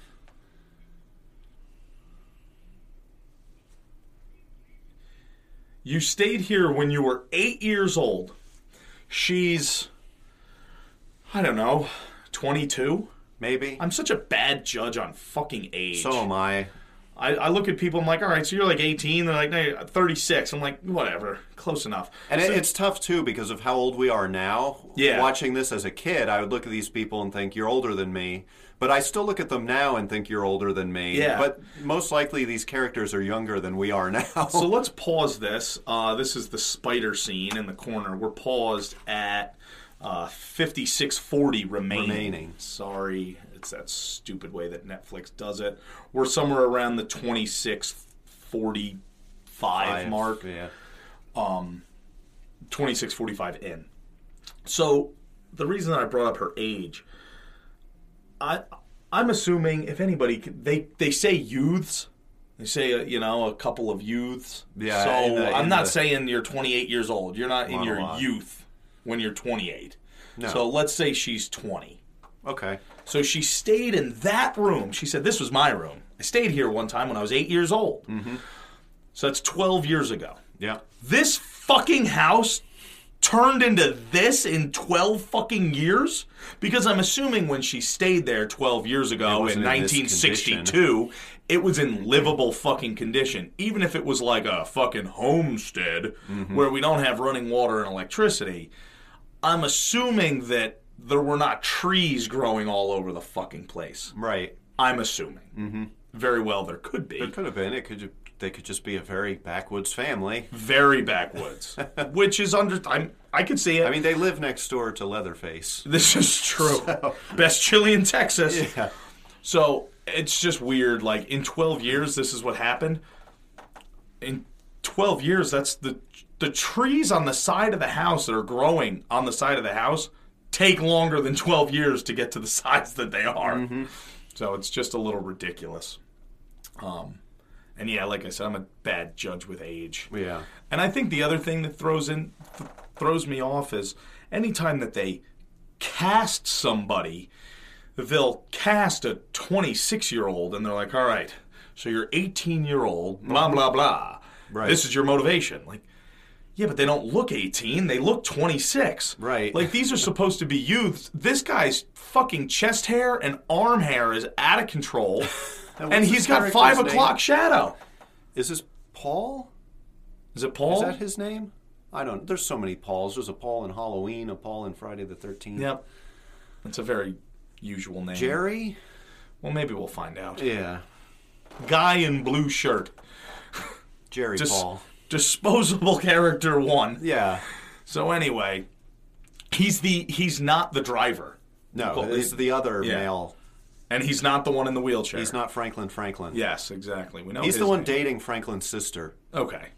Speaker 1: You stayed here when you were eight years old. She's, I don't know, 22?
Speaker 2: Maybe?
Speaker 1: I'm such a bad judge on fucking age.
Speaker 2: so am I.
Speaker 1: I, I look at people, I'm like, all right, so you're like 18. They're like, no, you're 36. I'm like, whatever, close enough.
Speaker 2: And
Speaker 1: So-
Speaker 2: it, it's tough too because of how old we are now.
Speaker 1: Yeah.
Speaker 2: Watching this as a kid, I would look at these people and think you're older than me, but I still look at them now and think you're older than me.
Speaker 1: Yeah.
Speaker 2: But most likely these characters are younger than we are now.
Speaker 1: so let's pause this. Uh, this is the spider scene in the corner. We're paused at uh, 5640 remaining.
Speaker 2: Remaining.
Speaker 1: Sorry, it's that stupid way that Netflix does it. We're somewhere around the 2645 mark.
Speaker 2: Yeah.
Speaker 1: 2645 in. So the reason I brought up her age, I I'm assuming if anybody c- they they say youths, they say uh, you know a couple of youths.
Speaker 2: Yeah,
Speaker 1: So
Speaker 2: in the-
Speaker 1: I'm
Speaker 2: in
Speaker 1: not
Speaker 2: the-
Speaker 1: saying you're 28 years old. You're not in your
Speaker 2: Monologue.
Speaker 1: youth when you're 28.
Speaker 2: No.
Speaker 1: So let's say she's 20.
Speaker 2: Okay.
Speaker 1: So she stayed in that room. She said, This was my room. I stayed here one time when I was eight years old. Mm-hmm. So that's 12 years ago
Speaker 2: Yeah.
Speaker 1: this fucking house turned into this in 12 fucking years because i'm assuming when she stayed there 12 years ago
Speaker 2: wasn't
Speaker 1: in
Speaker 2: in this
Speaker 1: 1962 it was in livable fucking condition even if it was like a fucking homestead
Speaker 2: Mm-hmm.
Speaker 1: where we don't have running water and electricity i'm assuming that there were not trees growing all over the fucking place
Speaker 2: Right.
Speaker 1: i'm assuming
Speaker 2: Mm-hmm.
Speaker 1: very well there could be
Speaker 2: It could have been. It could. ju- They could just be a very backwoods family.
Speaker 1: very backwoods which is under I'm, i could see it
Speaker 2: I mean, they live next door to Leatherface.
Speaker 1: This is true. Best chili in Texas.
Speaker 2: Yeah.
Speaker 1: So it's just weird. Like in 12 years, this is what happened. In 12 years, that's the the trees on the side of the house that are growing on the side of the house take longer than 12 years to get to the size that they are. So it's just a little ridiculous. Um, and yeah, like I said, I'm a bad judge with age.
Speaker 2: Yeah.
Speaker 1: And I think the other thing that throws in th- throws me off is anytime that they cast somebody, they'll cast a 26 year old, and they're like, "All right, so you're 18 year old, blah blah blah.
Speaker 2: Right.
Speaker 1: This is your motivation." Like, yeah, but they don't look 18; they look 26.
Speaker 2: Right.
Speaker 1: Like these are supposed to be youths. This guy's fucking chest hair and arm hair is out of control, and
Speaker 2: what's
Speaker 1: he's
Speaker 2: this
Speaker 1: got
Speaker 2: character's
Speaker 1: five
Speaker 2: name?
Speaker 1: o'clock shadow.
Speaker 2: Is this Paul?
Speaker 1: Is it Paul?
Speaker 2: Is that his name? I don't. There's so many Pauls. There's a Paul in Halloween, a Paul in Friday the Thirteenth.
Speaker 1: Yep. That's a very usual name.
Speaker 2: Jerry.
Speaker 1: Well, maybe we'll find out.
Speaker 2: Yeah.
Speaker 1: Guy in blue shirt.
Speaker 2: Jerry
Speaker 1: Dis-
Speaker 2: Paul.
Speaker 1: Disposable character one.
Speaker 2: Yeah.
Speaker 1: So anyway, he's the he's not the driver,
Speaker 2: No,
Speaker 1: Well,
Speaker 2: it's the other
Speaker 1: yeah.
Speaker 2: male.
Speaker 1: and he's not the one in the wheelchair.
Speaker 2: He's not Franklin Franklin.
Speaker 1: Yes, exactly. We know
Speaker 2: He's
Speaker 1: his
Speaker 2: the one
Speaker 1: name.
Speaker 2: dating Franklin's sister.
Speaker 1: Okay.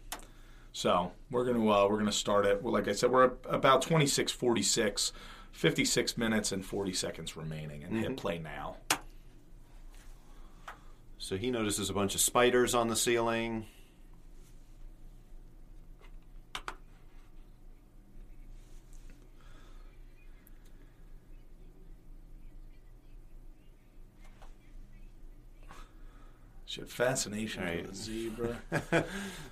Speaker 1: So we're gonna uh, we're gonna start it. Well, like I said, we're at about 26, 46, 56 minutes and forty seconds remaining, and
Speaker 2: Mm-hmm.
Speaker 1: hit play now.
Speaker 2: So he notices a bunch of spiders on the ceiling.
Speaker 1: Shit, fascination
Speaker 2: Right.
Speaker 1: with the zebra.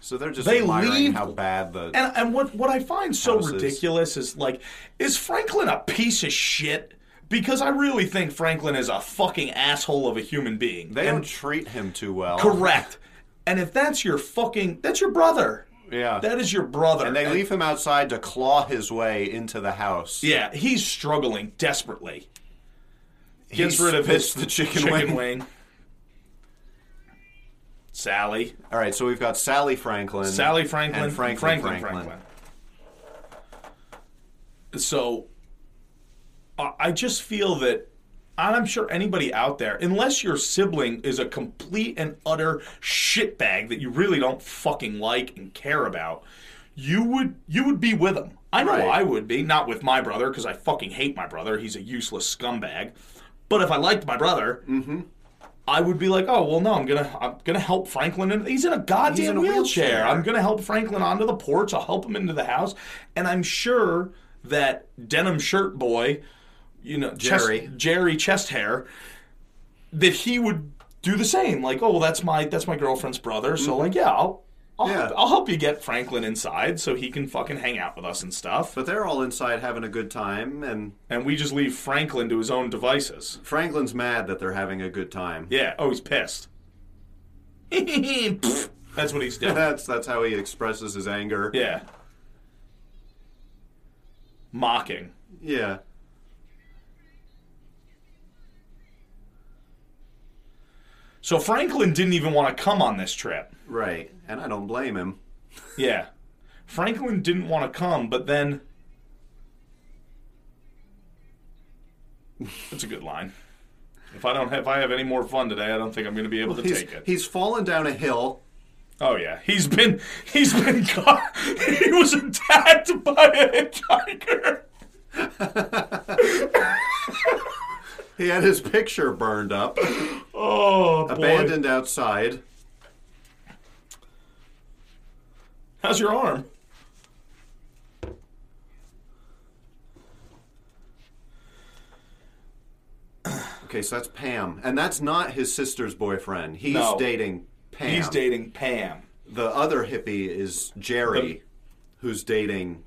Speaker 2: So they're just
Speaker 1: They
Speaker 2: admiring
Speaker 1: leave-
Speaker 2: how bad the.
Speaker 1: And, and what, what I find so
Speaker 2: Houses.
Speaker 1: ridiculous is like, is Franklin a piece of shit? Because I really think Franklin is a fucking asshole of a human being.
Speaker 2: they
Speaker 1: and
Speaker 2: don't treat him too well.
Speaker 1: correct. And if that's your fucking, that's your brother.
Speaker 2: Yeah.
Speaker 1: That is your brother.
Speaker 2: and they leave him outside to claw his way into the house.
Speaker 1: Yeah, he's struggling desperately.
Speaker 2: He
Speaker 1: Gets rid of his
Speaker 2: spits the chicken, wing.
Speaker 1: Sally.
Speaker 2: All right, so we've got Sally Franklin.
Speaker 1: Sally Franklin.
Speaker 2: And Franklin
Speaker 1: Franklin.
Speaker 2: Franklin.
Speaker 1: Franklin. So I I just feel that and I'm sure anybody out there, unless your sibling is a complete and utter shitbag that you really don't fucking like and care about, you would you would be with them. I know
Speaker 2: Right.
Speaker 1: I would be, not with my brother because I fucking hate my brother. He's a useless scumbag. But if I liked my brother, I would be like, oh well, no, I'm gonna I'm gonna help Franklin. And he's in a goddamn
Speaker 2: He's in a
Speaker 1: wheelchair.
Speaker 2: wheelchair.
Speaker 1: I'm gonna help Franklin onto the porch. I'll help him into the house, and I'm sure that denim shirt boy, you know, chest-
Speaker 2: Jerry.
Speaker 1: Jerry chest hair, that he would do the same. Like, oh well, that's my that's my girlfriend's brother. So like, yeah, I'll I'll,
Speaker 2: Mm-hmm. Yeah.
Speaker 1: Help, I'll help you get Franklin inside so he can fucking hang out with us and stuff.
Speaker 2: But they're all inside having a good time, and
Speaker 1: And we just leave Franklin to his own devices.
Speaker 2: Franklin's mad that they're having a good time.
Speaker 1: Yeah. Oh, he's pissed. That's what he's doing.
Speaker 2: That's that's how he expresses his anger.
Speaker 1: Yeah. Mocking.
Speaker 2: Yeah.
Speaker 1: So Franklin didn't even want to come on this trip.
Speaker 2: Right. And I don't blame him.
Speaker 1: Yeah. Franklin didn't want to come, but then. That's a good line. If I don't have, if I have any more fun today, I don't think I'm going to be able to
Speaker 2: He's,
Speaker 1: take it.
Speaker 2: he's fallen down a hill.
Speaker 1: Oh yeah, he's been he's been caught. He was attacked by a tiger.
Speaker 2: He had his picture burned up,
Speaker 1: Oh boy.
Speaker 2: abandoned outside.
Speaker 1: How's your arm?
Speaker 2: Okay, so that's Pam, and that's not his sister's boyfriend. He's
Speaker 1: No.
Speaker 2: dating Pam.
Speaker 1: He's dating Pam.
Speaker 2: the other hippie is Jerry,
Speaker 1: The-
Speaker 2: who's dating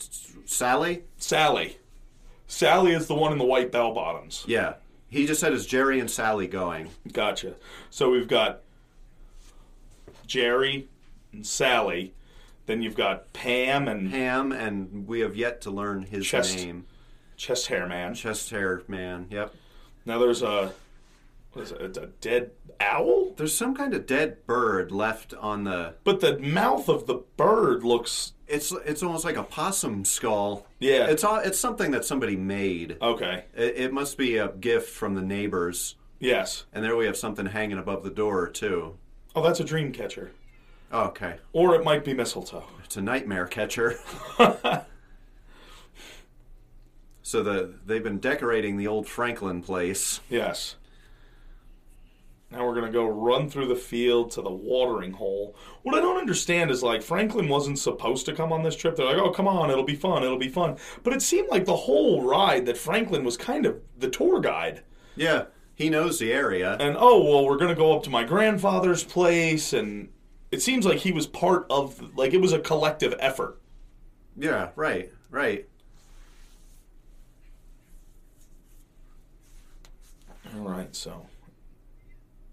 Speaker 2: S- Sally.
Speaker 1: Sally. Sally is the one in the white bell bottoms.
Speaker 2: Yeah, he just said it's Jerry and Sally going.
Speaker 1: Gotcha. So we've got Jerry and Sally. Then you've got Pam and
Speaker 2: Pam, and we have yet to learn his
Speaker 1: Chest.
Speaker 2: name.
Speaker 1: Chest Hair Man.
Speaker 2: Chest hair man. Yep.
Speaker 1: Now there's a what is it, a dead owl,
Speaker 2: There's some kind of dead bird left on the.
Speaker 1: but the mouth of the bird looks
Speaker 2: It's it's almost like a possum skull.
Speaker 1: Yeah.
Speaker 2: It's all, it's something that somebody made.
Speaker 1: okay.
Speaker 2: It, it must be a gift from the neighbors.
Speaker 1: Yes.
Speaker 2: And there we have something hanging above the door too.
Speaker 1: Oh, that's a dream catcher,
Speaker 2: Okay,
Speaker 1: or it might be mistletoe.
Speaker 2: it's a nightmare catcher. so the they've been decorating the old Franklin place.
Speaker 1: Yes. Now we're gonna go run through the field to the watering hole. What I don't understand is like Franklin wasn't supposed to come on this trip. They're like, oh come on, it'll be fun, it'll be fun. But it seemed like the whole ride that Franklin was kind of the tour guide.
Speaker 2: Yeah, he knows the area.
Speaker 1: And oh well, we're gonna go up to my grandfather's place, and it seems like he was part of like it was a collective effort.
Speaker 2: Yeah, right, right.
Speaker 1: All right, so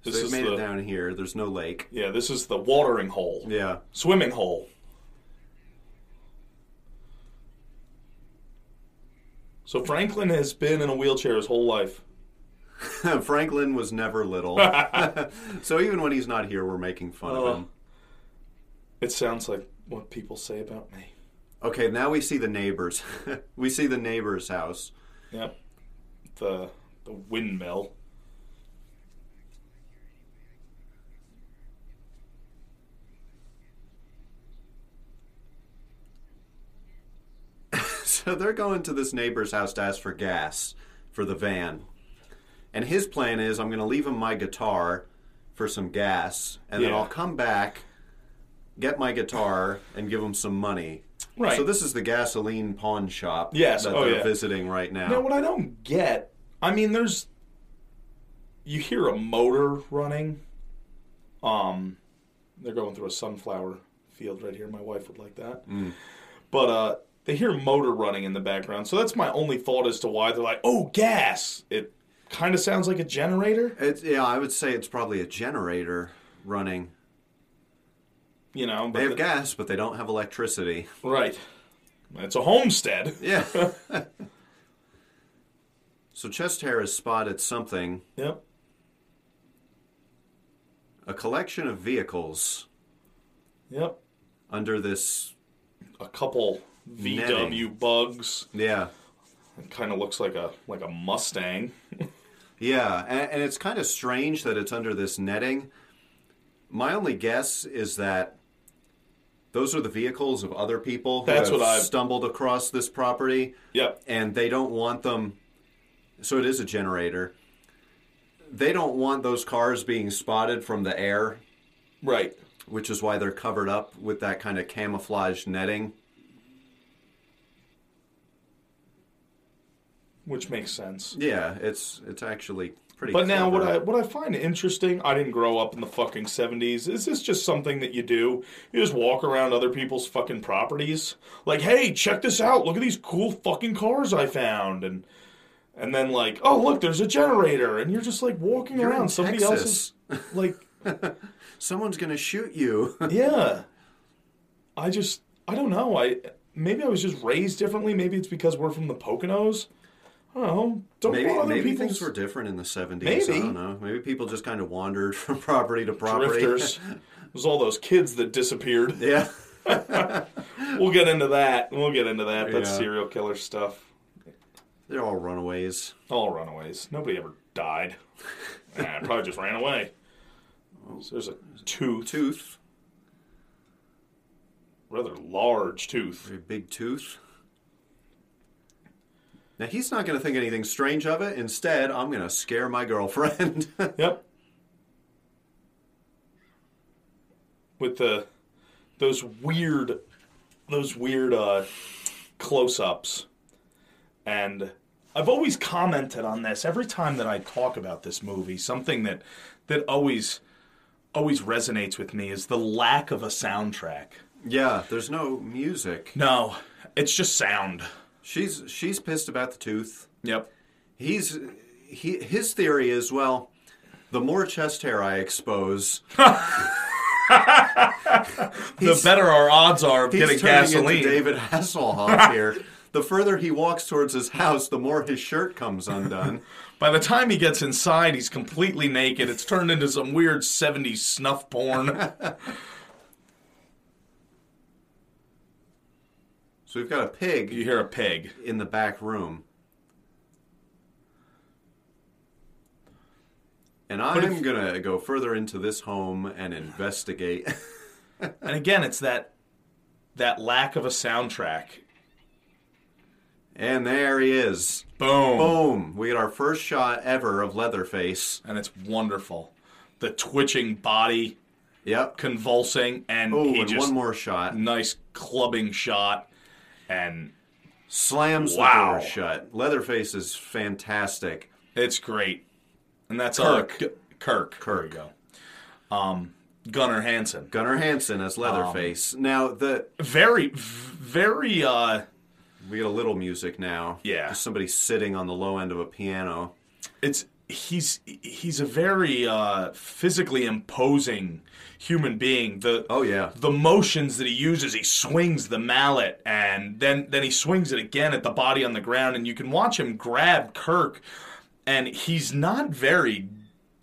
Speaker 2: So
Speaker 1: this
Speaker 2: they've
Speaker 1: is
Speaker 2: made
Speaker 1: the
Speaker 2: it down here. There's no lake.
Speaker 1: yeah, this is the watering hole,
Speaker 2: Yeah.
Speaker 1: swimming hole. So Franklin has been in a wheelchair his whole life.
Speaker 2: Franklin was never little. so even when he's not here, we're making fun
Speaker 1: Oh.
Speaker 2: of him.
Speaker 1: It sounds like what people say about me.
Speaker 2: Okay, now we see the neighbors. we see the neighbor's house.
Speaker 1: Yep, the the windmill.
Speaker 2: So they're going to this neighbor's house to ask for gas for the van. And his plan is I'm going to leave him my guitar for some gas, and then
Speaker 1: Yeah.
Speaker 2: I'll come back, get my guitar, and give him some money.
Speaker 1: Right.
Speaker 2: So this is the gasoline pawn shop
Speaker 1: Yes,
Speaker 2: that
Speaker 1: oh,
Speaker 2: they're
Speaker 1: yeah.
Speaker 2: visiting right now.
Speaker 1: Now, what I don't get, I mean, there's you hear a motor running. Um, they're going through a sunflower field right here. My wife would like that.
Speaker 2: Mm.
Speaker 1: But uh, they hear motor running in the background, so that's my only thought as to why they're like, "Oh, gas." It kind of sounds like a generator,
Speaker 2: It's, yeah, I would say it's probably a generator running.
Speaker 1: you know. But
Speaker 2: They have
Speaker 1: the-
Speaker 2: gas, but they don't have electricity.
Speaker 1: right. It's a homestead.
Speaker 2: Yeah. so Chest Hair has spotted something
Speaker 1: Yep.
Speaker 2: a collection of vehicles
Speaker 1: Yep.
Speaker 2: under this.
Speaker 1: A couple VW bugs.
Speaker 2: Yeah.
Speaker 1: It kind of looks like a like a Mustang.
Speaker 2: Yeah. And, and it's kind of strange that it's under this netting. My only guess is that those are the vehicles of other people who
Speaker 1: That's
Speaker 2: have
Speaker 1: what I've-
Speaker 2: stumbled across this property
Speaker 1: Yep.
Speaker 2: and they don't want them. So it is a generator. they don't want those cars being spotted from the air,
Speaker 1: Right.
Speaker 2: which is why they're covered up with that kind of camouflage netting.
Speaker 1: Which makes sense.
Speaker 2: Yeah, it's it's actually pretty.
Speaker 1: But now, what
Speaker 2: clever.
Speaker 1: I what I find interesting, I didn't grow up in the fucking seventies. Is this just something that you do? You just walk around other people's fucking properties, like, hey, check this out. Look at these cool fucking cars I found, and and then like, oh look, there's a generator, and you're just like walking around
Speaker 2: in
Speaker 1: somebody
Speaker 2: Texas.
Speaker 1: else's, like,
Speaker 2: someone's gonna shoot you.
Speaker 1: yeah. I just, I don't know. I maybe I was just raised differently. Maybe it's because we're from the Poconos. I don't know. Don't
Speaker 2: maybe
Speaker 1: want other
Speaker 2: maybe
Speaker 1: people's-
Speaker 2: things were different in the seventies. I
Speaker 1: Maybe.
Speaker 2: don't know. Maybe people just kind of wandered from property to property.
Speaker 1: drifters. it was all those kids that disappeared.
Speaker 2: Yeah.
Speaker 1: We'll get into that. We'll get into that. That's
Speaker 2: Yeah.
Speaker 1: serial killer stuff.
Speaker 2: They're all runaways.
Speaker 1: All runaways. Nobody ever died. Nah, probably just ran away. So there's a tooth,
Speaker 2: Tooth.
Speaker 1: rather large tooth.
Speaker 2: Very big tooth. Now he's not going to think anything strange of it. Instead, I'm going to scare my girlfriend.
Speaker 1: Yep. With the those weird, those weird uh, close-ups, and I've always commented on this every time that I talk about this movie. Something that that always always resonates with me is the lack of a soundtrack.
Speaker 2: yeah, there's no music.
Speaker 1: No, it's just sound.
Speaker 2: She's she's pissed about the tooth.
Speaker 1: Yep.
Speaker 2: He's he his theory is well, the more chest hair I expose,
Speaker 1: The better our odds are of
Speaker 2: he's
Speaker 1: getting
Speaker 2: turning
Speaker 1: gasoline.
Speaker 2: into David Hasselhoff here. The further he walks towards his house, the more his shirt comes undone.
Speaker 1: By the time he gets inside, he's completely naked. It's turned into some weird 70s snuff porn.
Speaker 2: so we've got a pig
Speaker 1: you hear a pig.
Speaker 2: in the back room. And I'm gonna go further into this home and investigate.
Speaker 1: And again, it's that that lack of a soundtrack.
Speaker 2: and there he is.
Speaker 1: Boom.
Speaker 2: Boom! We get our first shot ever of Leatherface.
Speaker 1: And it's wonderful. The twitching body
Speaker 2: Yep.
Speaker 1: convulsing and
Speaker 2: Oh,
Speaker 1: he
Speaker 2: and
Speaker 1: just
Speaker 2: one more shot.
Speaker 1: nice clubbing shot and
Speaker 2: Slams
Speaker 1: Wow.
Speaker 2: the door shut. Leatherface is fantastic.
Speaker 1: it's great. And that's
Speaker 2: Kirk.
Speaker 1: Uh, G- Kirk. There you go. Um Gunnar Hansen.
Speaker 2: Gunnar Hansen as Leatherface.
Speaker 1: Um,
Speaker 2: now the
Speaker 1: Very v- very uh
Speaker 2: we get a little music now.
Speaker 1: Yeah.
Speaker 2: Just somebody sitting on the low end of a piano.
Speaker 1: it's he's he's a very uh, physically imposing human being. The
Speaker 2: Oh, yeah.
Speaker 1: the motions that he uses, he swings the mallet and then then he swings it again at the body on the ground, and you can watch him grab Kirk, and he's not very.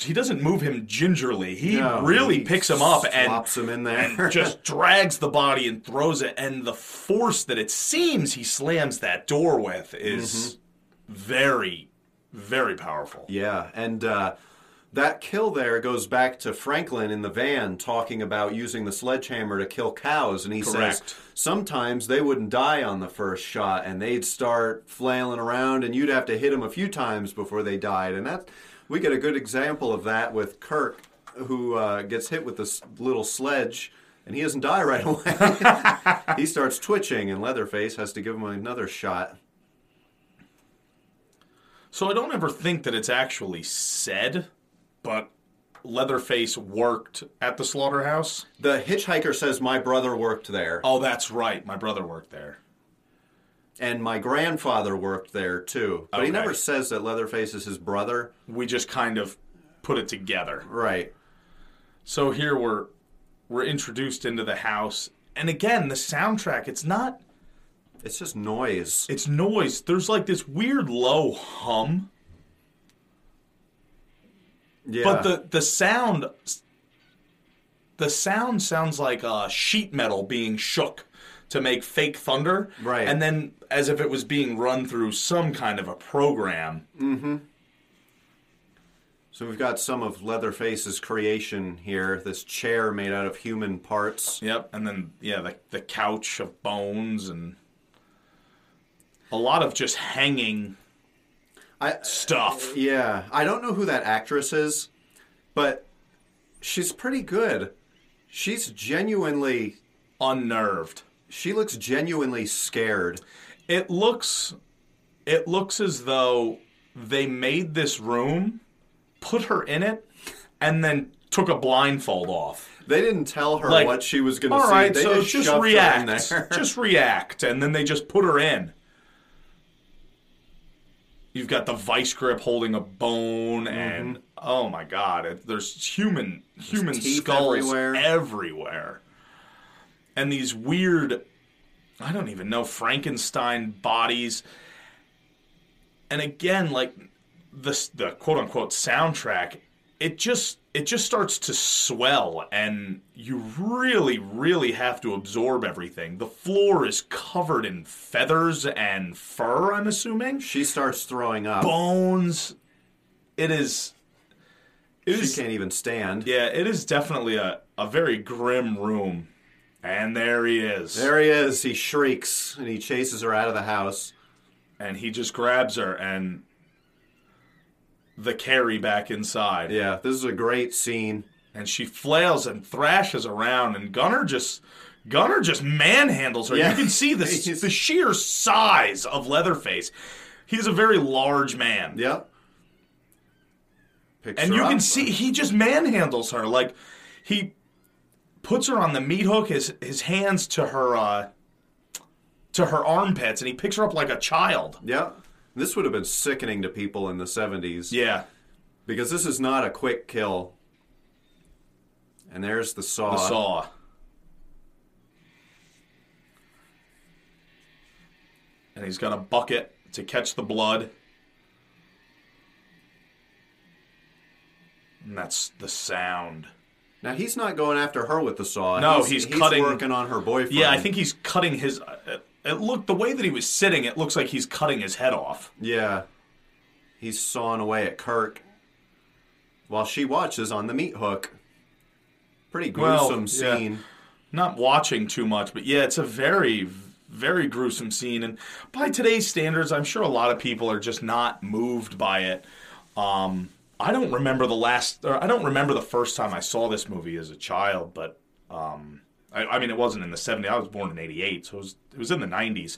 Speaker 1: He doesn't move him gingerly. He
Speaker 2: No,
Speaker 1: really
Speaker 2: he
Speaker 1: picks him up and
Speaker 2: flops him in there.
Speaker 1: and just drags the body and throws it. And the force that it seems he slams that door with is
Speaker 2: Mm-hmm.
Speaker 1: very, very powerful.
Speaker 2: yeah, and uh, that kill there goes back to Franklin in the van talking about using the sledgehammer to kill cows, and he
Speaker 1: Correct.
Speaker 2: says sometimes they wouldn't die on the first shot, and they'd start flailing around, and you'd have to hit them a few times before they died, and that we get a good example of that with Kirk, who uh, gets hit with this little sledge. And he doesn't die right away. he starts twitching, and Leatherface has to give him another shot.
Speaker 1: So I don't ever think that it's actually said, but Leatherface worked at the slaughterhouse.
Speaker 2: The hitchhiker says my brother worked there,
Speaker 1: Oh, that's right. My brother worked there.
Speaker 2: and my grandfather worked there too. But he
Speaker 1: Okay.
Speaker 2: never says that Leatherface is his brother.
Speaker 1: We just kind of put it together.
Speaker 2: Right.
Speaker 1: So here we're we're introduced into the house. And again, the soundtrack, it's not
Speaker 2: It's just noise.
Speaker 1: it's noise. There's like this weird low hum,
Speaker 2: Yeah.
Speaker 1: but the the sound the sound sounds like uh, sheet metal being shook to make fake thunder,
Speaker 2: Right.
Speaker 1: And then as if it was being run through some kind of a program.
Speaker 2: so we've got some of Leatherface's creation here. This chair made out of human parts.
Speaker 1: Yep. And then yeah, the the couch of bones and a lot of just hanging
Speaker 2: I
Speaker 1: stuff.
Speaker 2: yeah, I don't know who that actress is, but she's pretty good. She's genuinely
Speaker 1: Unnerved.
Speaker 2: she looks genuinely scared.
Speaker 1: It looks it looks as though they made this room, put her in it, and then took a blindfold off.
Speaker 2: They didn't tell her
Speaker 1: Like,
Speaker 2: what she was going to
Speaker 1: All
Speaker 2: see.
Speaker 1: right,
Speaker 2: they
Speaker 1: so
Speaker 2: just,
Speaker 1: just,
Speaker 2: shoved her in
Speaker 1: react.
Speaker 2: there.
Speaker 1: Just react, and then they just put her in. You've got the vice grip holding a bone,
Speaker 2: Mm-hmm.
Speaker 1: and oh my god, it, there's human human
Speaker 2: teeth
Speaker 1: skulls
Speaker 2: everywhere.
Speaker 1: everywhere, and these weird, I don't even know Frankenstein bodies. And again, like the the quote unquote soundtrack, it just it just starts to swell, and you really really have to absorb everything. The floor is covered in feathers and fur. I'm assuming
Speaker 2: she starts throwing up.
Speaker 1: bones. It is. It
Speaker 2: She
Speaker 1: is-
Speaker 2: can't even stand.
Speaker 1: yeah, it is definitely a, a very grim room. And there he is.
Speaker 2: There he is. He shrieks and he chases her out of the house.
Speaker 1: and he just grabs her and the carry back inside.
Speaker 2: Yeah, this is a great scene.
Speaker 1: and she flails and thrashes around and gunner just gunner just manhandles her
Speaker 2: Yeah.
Speaker 1: you can see the,
Speaker 2: He's-
Speaker 1: the sheer size of leatherface he's a very large man
Speaker 2: Yep. Picks
Speaker 1: and
Speaker 2: her
Speaker 1: you can
Speaker 2: up.
Speaker 1: see he just manhandles her like he puts her on the meat hook his his hands to her uh to her armpits and he picks her up like a child
Speaker 2: Yeah. This would have been sickening to people in the 70s
Speaker 1: yeah
Speaker 2: because this is not a quick kill. And there's the saw.
Speaker 1: the saw and he's got a bucket to catch the blood and that's the sound
Speaker 2: Now he's not going after her with the saw.
Speaker 1: No,
Speaker 2: he's,
Speaker 1: he's cutting-
Speaker 2: working on her boyfriend.
Speaker 1: yeah i think he's cutting his it, it looked the way that he was sitting it looks like he's cutting his head off
Speaker 2: Yeah. He's sawing away at Kirk while she watches on the meat hook. Pretty
Speaker 1: Well,
Speaker 2: gruesome
Speaker 1: yeah.
Speaker 2: scene.
Speaker 1: not watching too much, but yeah, it's a very, very gruesome scene. And by today's standards, I'm sure a lot of people are just not moved by it. Um, I don't remember the last, or I don't remember the first time I saw this movie as a child, but um, I, I mean, it wasn't in the 70s. I was born in 88, so it was, it was in the 90s.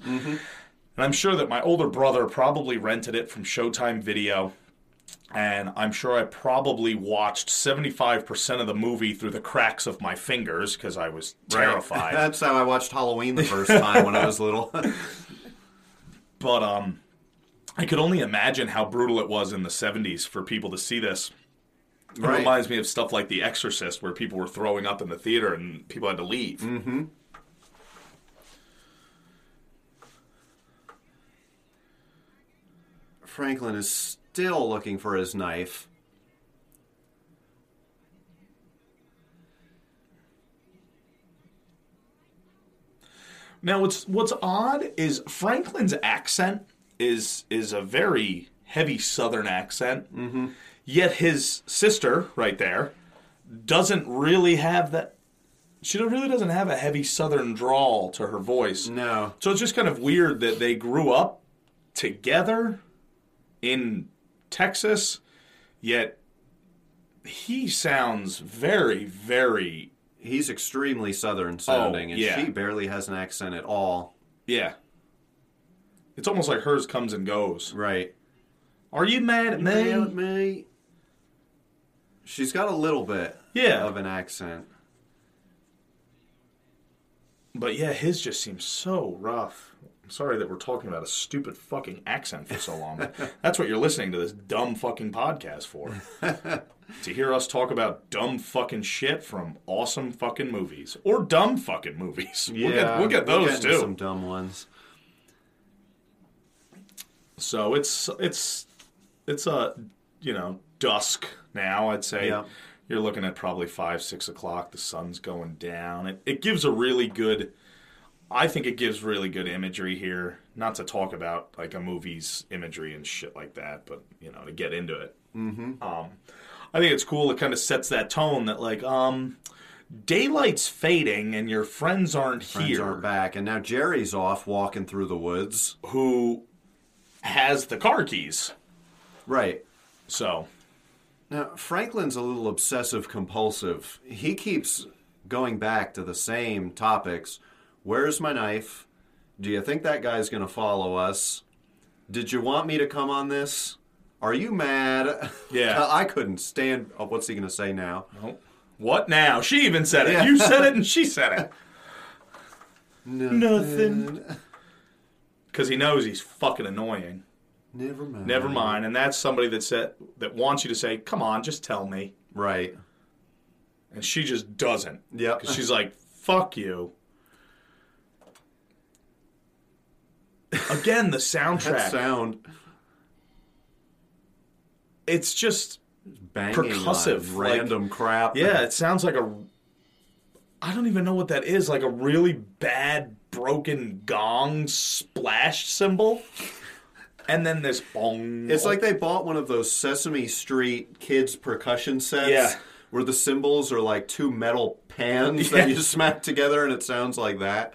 Speaker 1: And I'm sure that my older brother probably rented it from Showtime Video. And I'm sure I probably watched 75% of the movie through the cracks of my fingers because I was terrified.
Speaker 2: That's how I watched Halloween the first time when I was little.
Speaker 1: but um, I could only imagine how brutal it was in the 70s for people to see this. It
Speaker 2: Right.
Speaker 1: reminds me of stuff like The Exorcist where people were throwing up in the theater and people had to leave.
Speaker 2: Franklin is still looking for his knife.
Speaker 1: Now, what's what's odd is Franklin's accent is is a very heavy Southern accent. Mm-hmm. Yet his sister, right there, doesn't really have that. She don't- really doesn't have a heavy Southern drawl to her voice.
Speaker 2: No.
Speaker 1: So it's just kind of weird that they grew up together in Texas, yet he sounds very, very
Speaker 2: He's extremely southern sounding, and
Speaker 1: Oh, yeah.
Speaker 2: she barely has an accent at all.
Speaker 1: yeah. It's almost like hers comes and goes.
Speaker 2: Right.
Speaker 1: Are you mad at
Speaker 2: Mate,
Speaker 1: me?
Speaker 2: mate. She's got a little bit
Speaker 1: Yeah.
Speaker 2: of an accent.
Speaker 1: But yeah, his just seems so rough. I'm sorry that we're talking about a stupid fucking accent for so long. but That's what you're listening to this dumb fucking podcast for. to hear us talk about dumb fucking shit from awesome fucking movies or dumb fucking movies. We'll, get, we'll get
Speaker 2: we'll
Speaker 1: those
Speaker 2: into
Speaker 1: too.
Speaker 2: Some dumb ones.
Speaker 1: So it's it's it's a you know dusk now. I'd say
Speaker 2: Yeah.
Speaker 1: you're looking at probably five six o'clock. The sun's going down. It it gives a really good. I think it gives really good imagery here. Not to talk about like a movie's imagery and shit like that, but you know to get into it. Mm-hmm. Um, I think it's cool. It kind of sets that tone that like um, daylight's fading and your friends aren't
Speaker 2: Friends
Speaker 1: here.
Speaker 2: aren't back, and now
Speaker 1: Oh.
Speaker 2: Jerry's off walking through the woods.
Speaker 1: Who has the car keys?
Speaker 2: Right.
Speaker 1: So
Speaker 2: Now, Franklin's a little obsessive compulsive. He keeps going back to the same topics. Where's my knife? Do you think that guy's going to follow us? Did you want me to come on this? Are you mad?
Speaker 1: Yeah.
Speaker 2: I couldn't stand. Oh, what's he going to say now?
Speaker 1: oh, what now? She even said it.
Speaker 2: Yeah.
Speaker 1: You said it, and she said it. Nothing. Because he knows he's fucking annoying.
Speaker 2: Never mind.
Speaker 1: Never mind. And that's somebody that said that wants you to say, "Come on, just tell me."
Speaker 2: Right.
Speaker 1: And she just doesn't.
Speaker 2: Yep.
Speaker 1: 'Cause she's like, "Fuck you." Again, the
Speaker 2: That
Speaker 1: soundtrack.
Speaker 2: sound
Speaker 1: it's just
Speaker 2: banging
Speaker 1: Percussive,
Speaker 2: on
Speaker 1: like-
Speaker 2: random crap.
Speaker 1: yeah, it sounds like a I don't even know what that is, like a really bad broken gong splash cymbal. And then this bong.
Speaker 2: It's like they bought one of those Sesame Street kids percussion sets
Speaker 1: Yeah.
Speaker 2: where the cymbals are like two metal pans that
Speaker 1: Yeah.
Speaker 2: you smack together and it sounds like that.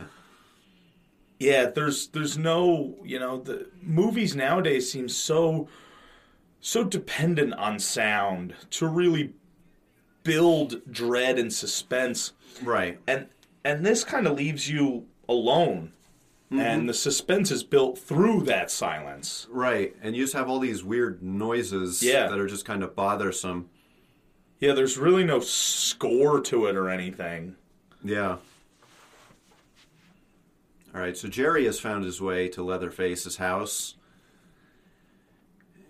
Speaker 1: yeah there's there's no you know the movies nowadays seem so so dependent on sound to really build dread and suspense
Speaker 2: Right.
Speaker 1: and and this kind of leaves you alone
Speaker 2: Mm-hmm.
Speaker 1: and the suspense is built through that silence
Speaker 2: Right. And you just have all these weird noises
Speaker 1: Yeah.
Speaker 2: that are just kind of bothersome.
Speaker 1: yeah there's really no score to it or anything
Speaker 2: Yeah. All right, so Jerry has found his way to Leatherface's house.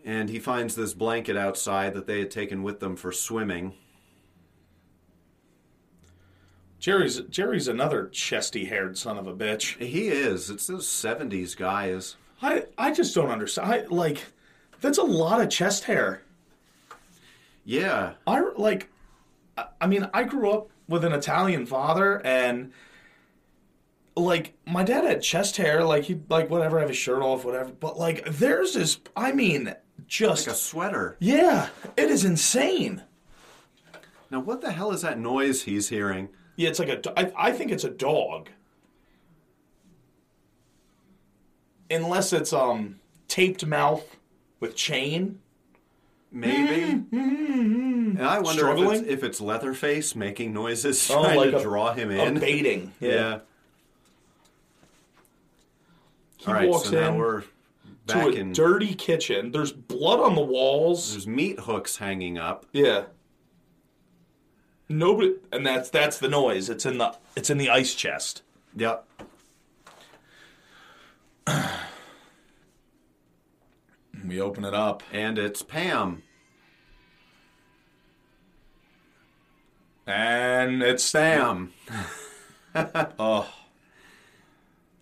Speaker 2: And he finds this blanket outside that they had taken with them for swimming.
Speaker 1: jerry's jerry's another chesty haired son of a bitch
Speaker 2: He is. It's those 70s guys.
Speaker 1: i i just don't understand I, like that's a lot of chest hair
Speaker 2: Yeah.
Speaker 1: I like. I- I mean, I grew up with an Italian father, and like my dad had chest hair, like he like whatever, have his shirt off, whatever. But like theirs is, I mean, just
Speaker 2: Like a sweater.
Speaker 1: yeah, it is insane.
Speaker 2: Now, what the hell is that noise he's hearing?
Speaker 1: Yeah, it's like a. do- I, I think it's a dog, unless it's um taped mouth with chain.
Speaker 2: Maybe. and I wonder if it's,
Speaker 1: Struggling?
Speaker 2: if it's Leatherface making noises
Speaker 1: Oh,
Speaker 2: trying
Speaker 1: like
Speaker 2: to
Speaker 1: a-
Speaker 2: draw him
Speaker 1: A
Speaker 2: in.
Speaker 1: baiting.
Speaker 2: yeah.
Speaker 1: He
Speaker 2: All right,
Speaker 1: walks
Speaker 2: so now
Speaker 1: in
Speaker 2: we're
Speaker 1: to
Speaker 2: back
Speaker 1: a
Speaker 2: in. Mm.
Speaker 1: dirty kitchen. There's blood on the walls.
Speaker 2: There's meat hooks hanging up.
Speaker 1: Yeah. Nobody, and that's that's the noise. It's in the it's in the ice chest.
Speaker 2: Yep.
Speaker 1: We open it up.
Speaker 2: And it's Pam.
Speaker 1: And it's
Speaker 2: Sam.
Speaker 1: Oh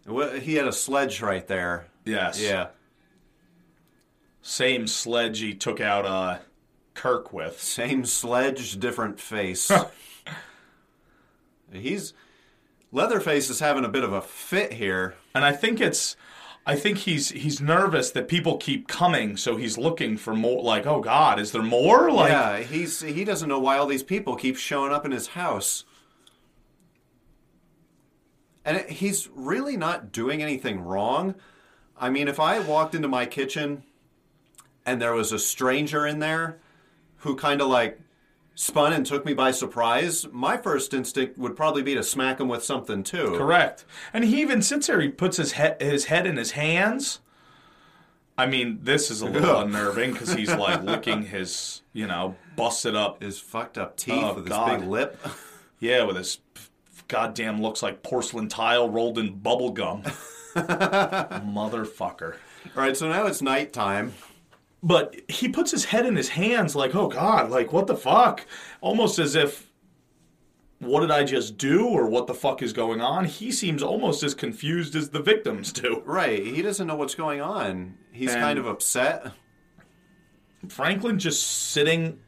Speaker 2: Wha- He had a sledge right there.
Speaker 1: yes,
Speaker 2: Yeah.
Speaker 1: Same sledge he took out uh, Kirk with.
Speaker 2: Same sledge, different face. He's. Leatherface is having a bit of a fit here.
Speaker 1: And I think it's, I think he's he's nervous that people keep coming, so he's looking for more. Like, oh God, is there more? Like,
Speaker 2: yeah, he's he doesn't know why all these people keep showing up in his house. And it, he's really not doing anything wrong. I mean, if I walked into my kitchen and there was a stranger in there who kind of like spun and took me by surprise, my first instinct would probably be to smack him with something too.
Speaker 1: Correct. And he even sits there. He puts his head his head in his hands. I mean, this is a little unnerving because he's like licking his, you know, busted up.
Speaker 2: His fucked up teeth
Speaker 1: Oh,
Speaker 2: with his
Speaker 1: God.
Speaker 2: big lip.
Speaker 1: Yeah, with his goddamn looks like porcelain tile rolled in bubble gum. Motherfucker.
Speaker 2: all right, so now it's nighttime.
Speaker 1: But he puts his head in his hands, like, oh God, like, what the fuck? Almost as if, what did I just do or what the fuck is going on? He seems almost as confused as the victims do.
Speaker 2: Right, he doesn't know what's going on. He's
Speaker 1: And-
Speaker 2: kind of upset.
Speaker 1: Franklin just sitting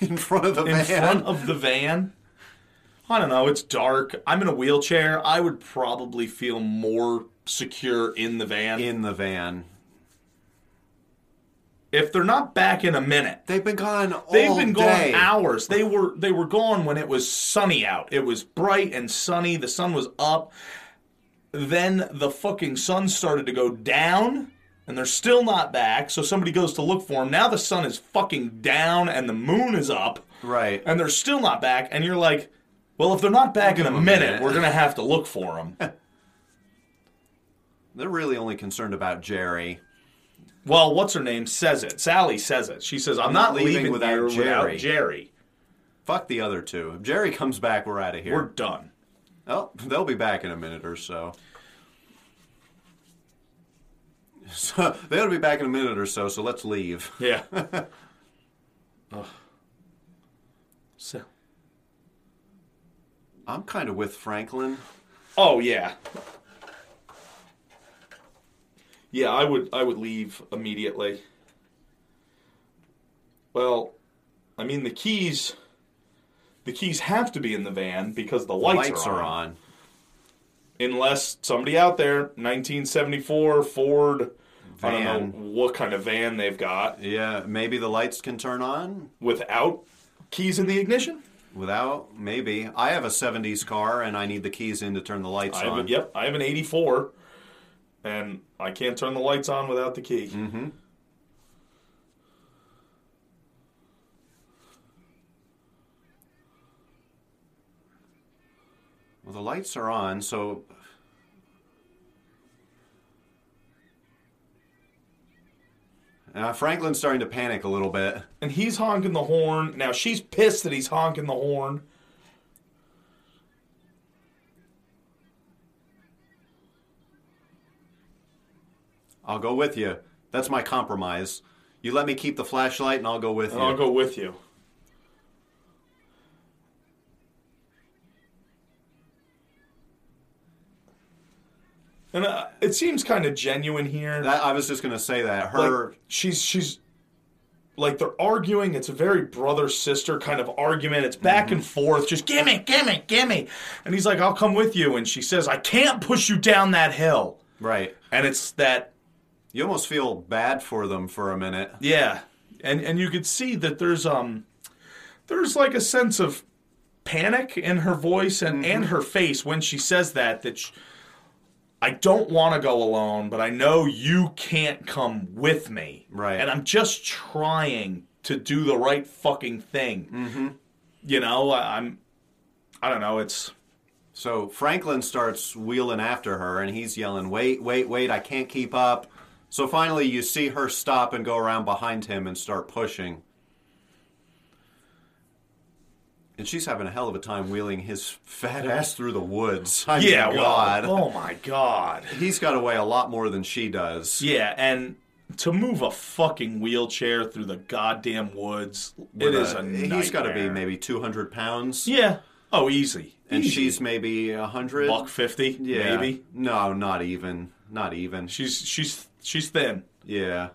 Speaker 2: in front of the van.
Speaker 1: in front of the van. I don't know. It's dark. I'm in a wheelchair. I would probably feel more secure in the van.
Speaker 2: in the van.
Speaker 1: if they're not back in a minute,
Speaker 2: They've been gone all
Speaker 1: they've been gone
Speaker 2: day.
Speaker 1: hours. They were they were gone when it was sunny out. It was bright and sunny. The sun was up. Then the fucking sun started to go down, and they're still not back. So somebody goes to look for them. Now the sun is fucking down and the moon is up.
Speaker 2: Right.
Speaker 1: And they're still not back. And you're like, well, if they're not back in a
Speaker 2: give 'em a
Speaker 1: minute,
Speaker 2: minute.
Speaker 1: we're going to have to look for them.
Speaker 2: They're really only concerned about Jerry.
Speaker 1: well, what's her name says it. Sally says it. She says, I'm, not leaving, without, here
Speaker 2: Jerry."
Speaker 1: without Jerry.
Speaker 2: Fuck the other two. If Jerry comes back, we're out of here.
Speaker 1: We're done.
Speaker 2: Oh, they'll be back in a minute or so. So they'll be back in a minute or so. So let's leave.
Speaker 1: Yeah. Ugh. So.
Speaker 2: I'm kind of with Franklin.
Speaker 1: Oh yeah. Yeah, I would I would leave immediately. Well, I mean the keys the keys have to be in the van because the lights,
Speaker 2: Lights are on.
Speaker 1: Unless somebody out there, 1974 Ford, I don't know
Speaker 2: Van.
Speaker 1: what kind of van they've got
Speaker 2: Yeah, maybe the lights can turn on
Speaker 1: without keys in the ignition.
Speaker 2: without. Maybe I have a '70s car and I need the keys in to turn the lights
Speaker 1: I have
Speaker 2: on.
Speaker 1: a, yep, I have an 84 and I can't turn the lights on without the key.
Speaker 2: Well, the lights are on, so. Uh, Franklin's starting to panic a little bit.
Speaker 1: and he's honking the horn. Now she's pissed that he's honking the horn.
Speaker 2: I'll go with you. That's my compromise. You let me keep the flashlight, and I'll go with
Speaker 1: And
Speaker 2: you.
Speaker 1: I'll go with you. And uh, it seems kind of genuine here.
Speaker 2: That- I was just gonna say that
Speaker 1: Like,
Speaker 2: her.
Speaker 1: she's she's like they're arguing. It's a very brother sister kind of argument. It's back and forth. Just gimme, gimme, gimme. And he's like, "I'll come with you." And she says, "I can't push you down that hill."
Speaker 2: right.
Speaker 1: And it's that
Speaker 2: You almost feel bad for them for a minute.
Speaker 1: Yeah, and and you could see that there's um there's like a sense of panic in her voice and and her face when she says that that sh I don't want to go alone, but I know you can't come with me.
Speaker 2: Right.
Speaker 1: And I'm just trying to do the right fucking thing. Mm-hmm. You know, I, I'm. I don't know. It's
Speaker 2: So Franklin starts wheeling after her, and he's yelling, "Wait, wait, wait! I can't keep up!" So finally, you see her stop and go around behind him and start pushing. And she's having a hell of a time wheeling his fat ass through the woods. I mean,
Speaker 1: yeah. well,
Speaker 2: God.
Speaker 1: oh my god.
Speaker 2: He's got to weigh a lot more than she does.
Speaker 1: Yeah, and to move a fucking wheelchair through the goddamn woods, it
Speaker 2: With
Speaker 1: is a,
Speaker 2: He's got to be
Speaker 1: nightmare.
Speaker 2: maybe 200 pounds.
Speaker 1: Yeah. Oh, easy.
Speaker 2: And
Speaker 1: Easy.
Speaker 2: she's maybe 100.
Speaker 1: buck fifty,
Speaker 2: yeah.
Speaker 1: maybe.
Speaker 2: No, not even. Not even.
Speaker 1: She's she's she's thin.
Speaker 2: Yeah.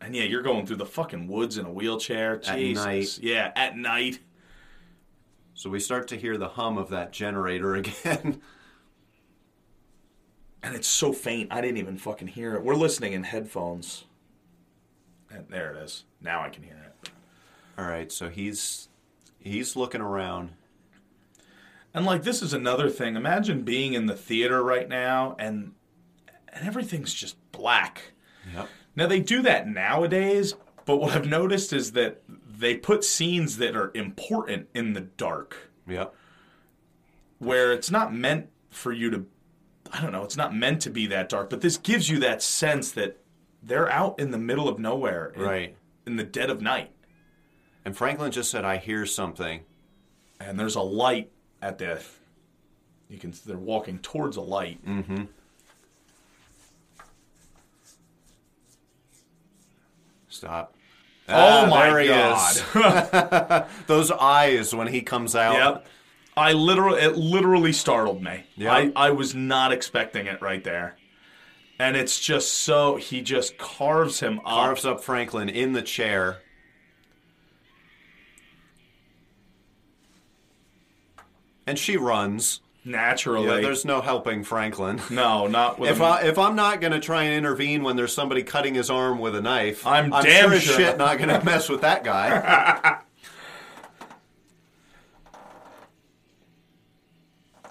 Speaker 1: And yeah, you're going through the fucking woods in a wheelchair.
Speaker 2: At
Speaker 1: Jesus.
Speaker 2: night.
Speaker 1: Yeah, at night.
Speaker 2: So we start to hear the hum of that generator again.
Speaker 1: And it's so faint, I didn't even fucking hear it. We're listening in headphones. And there it is. Now I can hear it.
Speaker 2: All right, so he's he's looking around.
Speaker 1: And like this is another thing. Imagine being in the theater right now and and everything's just black.
Speaker 2: Yep.
Speaker 1: Now they do that nowadays, but what I've noticed is that they put scenes that are important in the dark,
Speaker 2: Yep.
Speaker 1: where it's not meant for you to I don't know, it's not meant to be that dark, but this gives you that sense that they're out in the middle of nowhere in,
Speaker 2: Right.
Speaker 1: in the dead of night
Speaker 2: And Franklin just said I hear something.
Speaker 1: and there's a light at the you can they're walking towards a light.
Speaker 2: Mm. Stop.
Speaker 1: Oh
Speaker 2: Ah,
Speaker 1: my
Speaker 2: there he
Speaker 1: god.
Speaker 2: is. Those eyes when he comes out.
Speaker 1: Yep. I literally, it literally startled me.
Speaker 2: Yeah.
Speaker 1: I, I was not expecting it right there. And it's just so, he just carves him up.
Speaker 2: Carves up Franklin in the chair. And she runs. Yeah,
Speaker 1: naturally.
Speaker 2: there's no helping Franklin.
Speaker 1: no, not with
Speaker 2: If
Speaker 1: a,
Speaker 2: I if I'm not gonna try and intervene when there's somebody cutting his arm with a knife,
Speaker 1: I'm damn
Speaker 2: sure as
Speaker 1: sure.
Speaker 2: shit not gonna mess with that guy.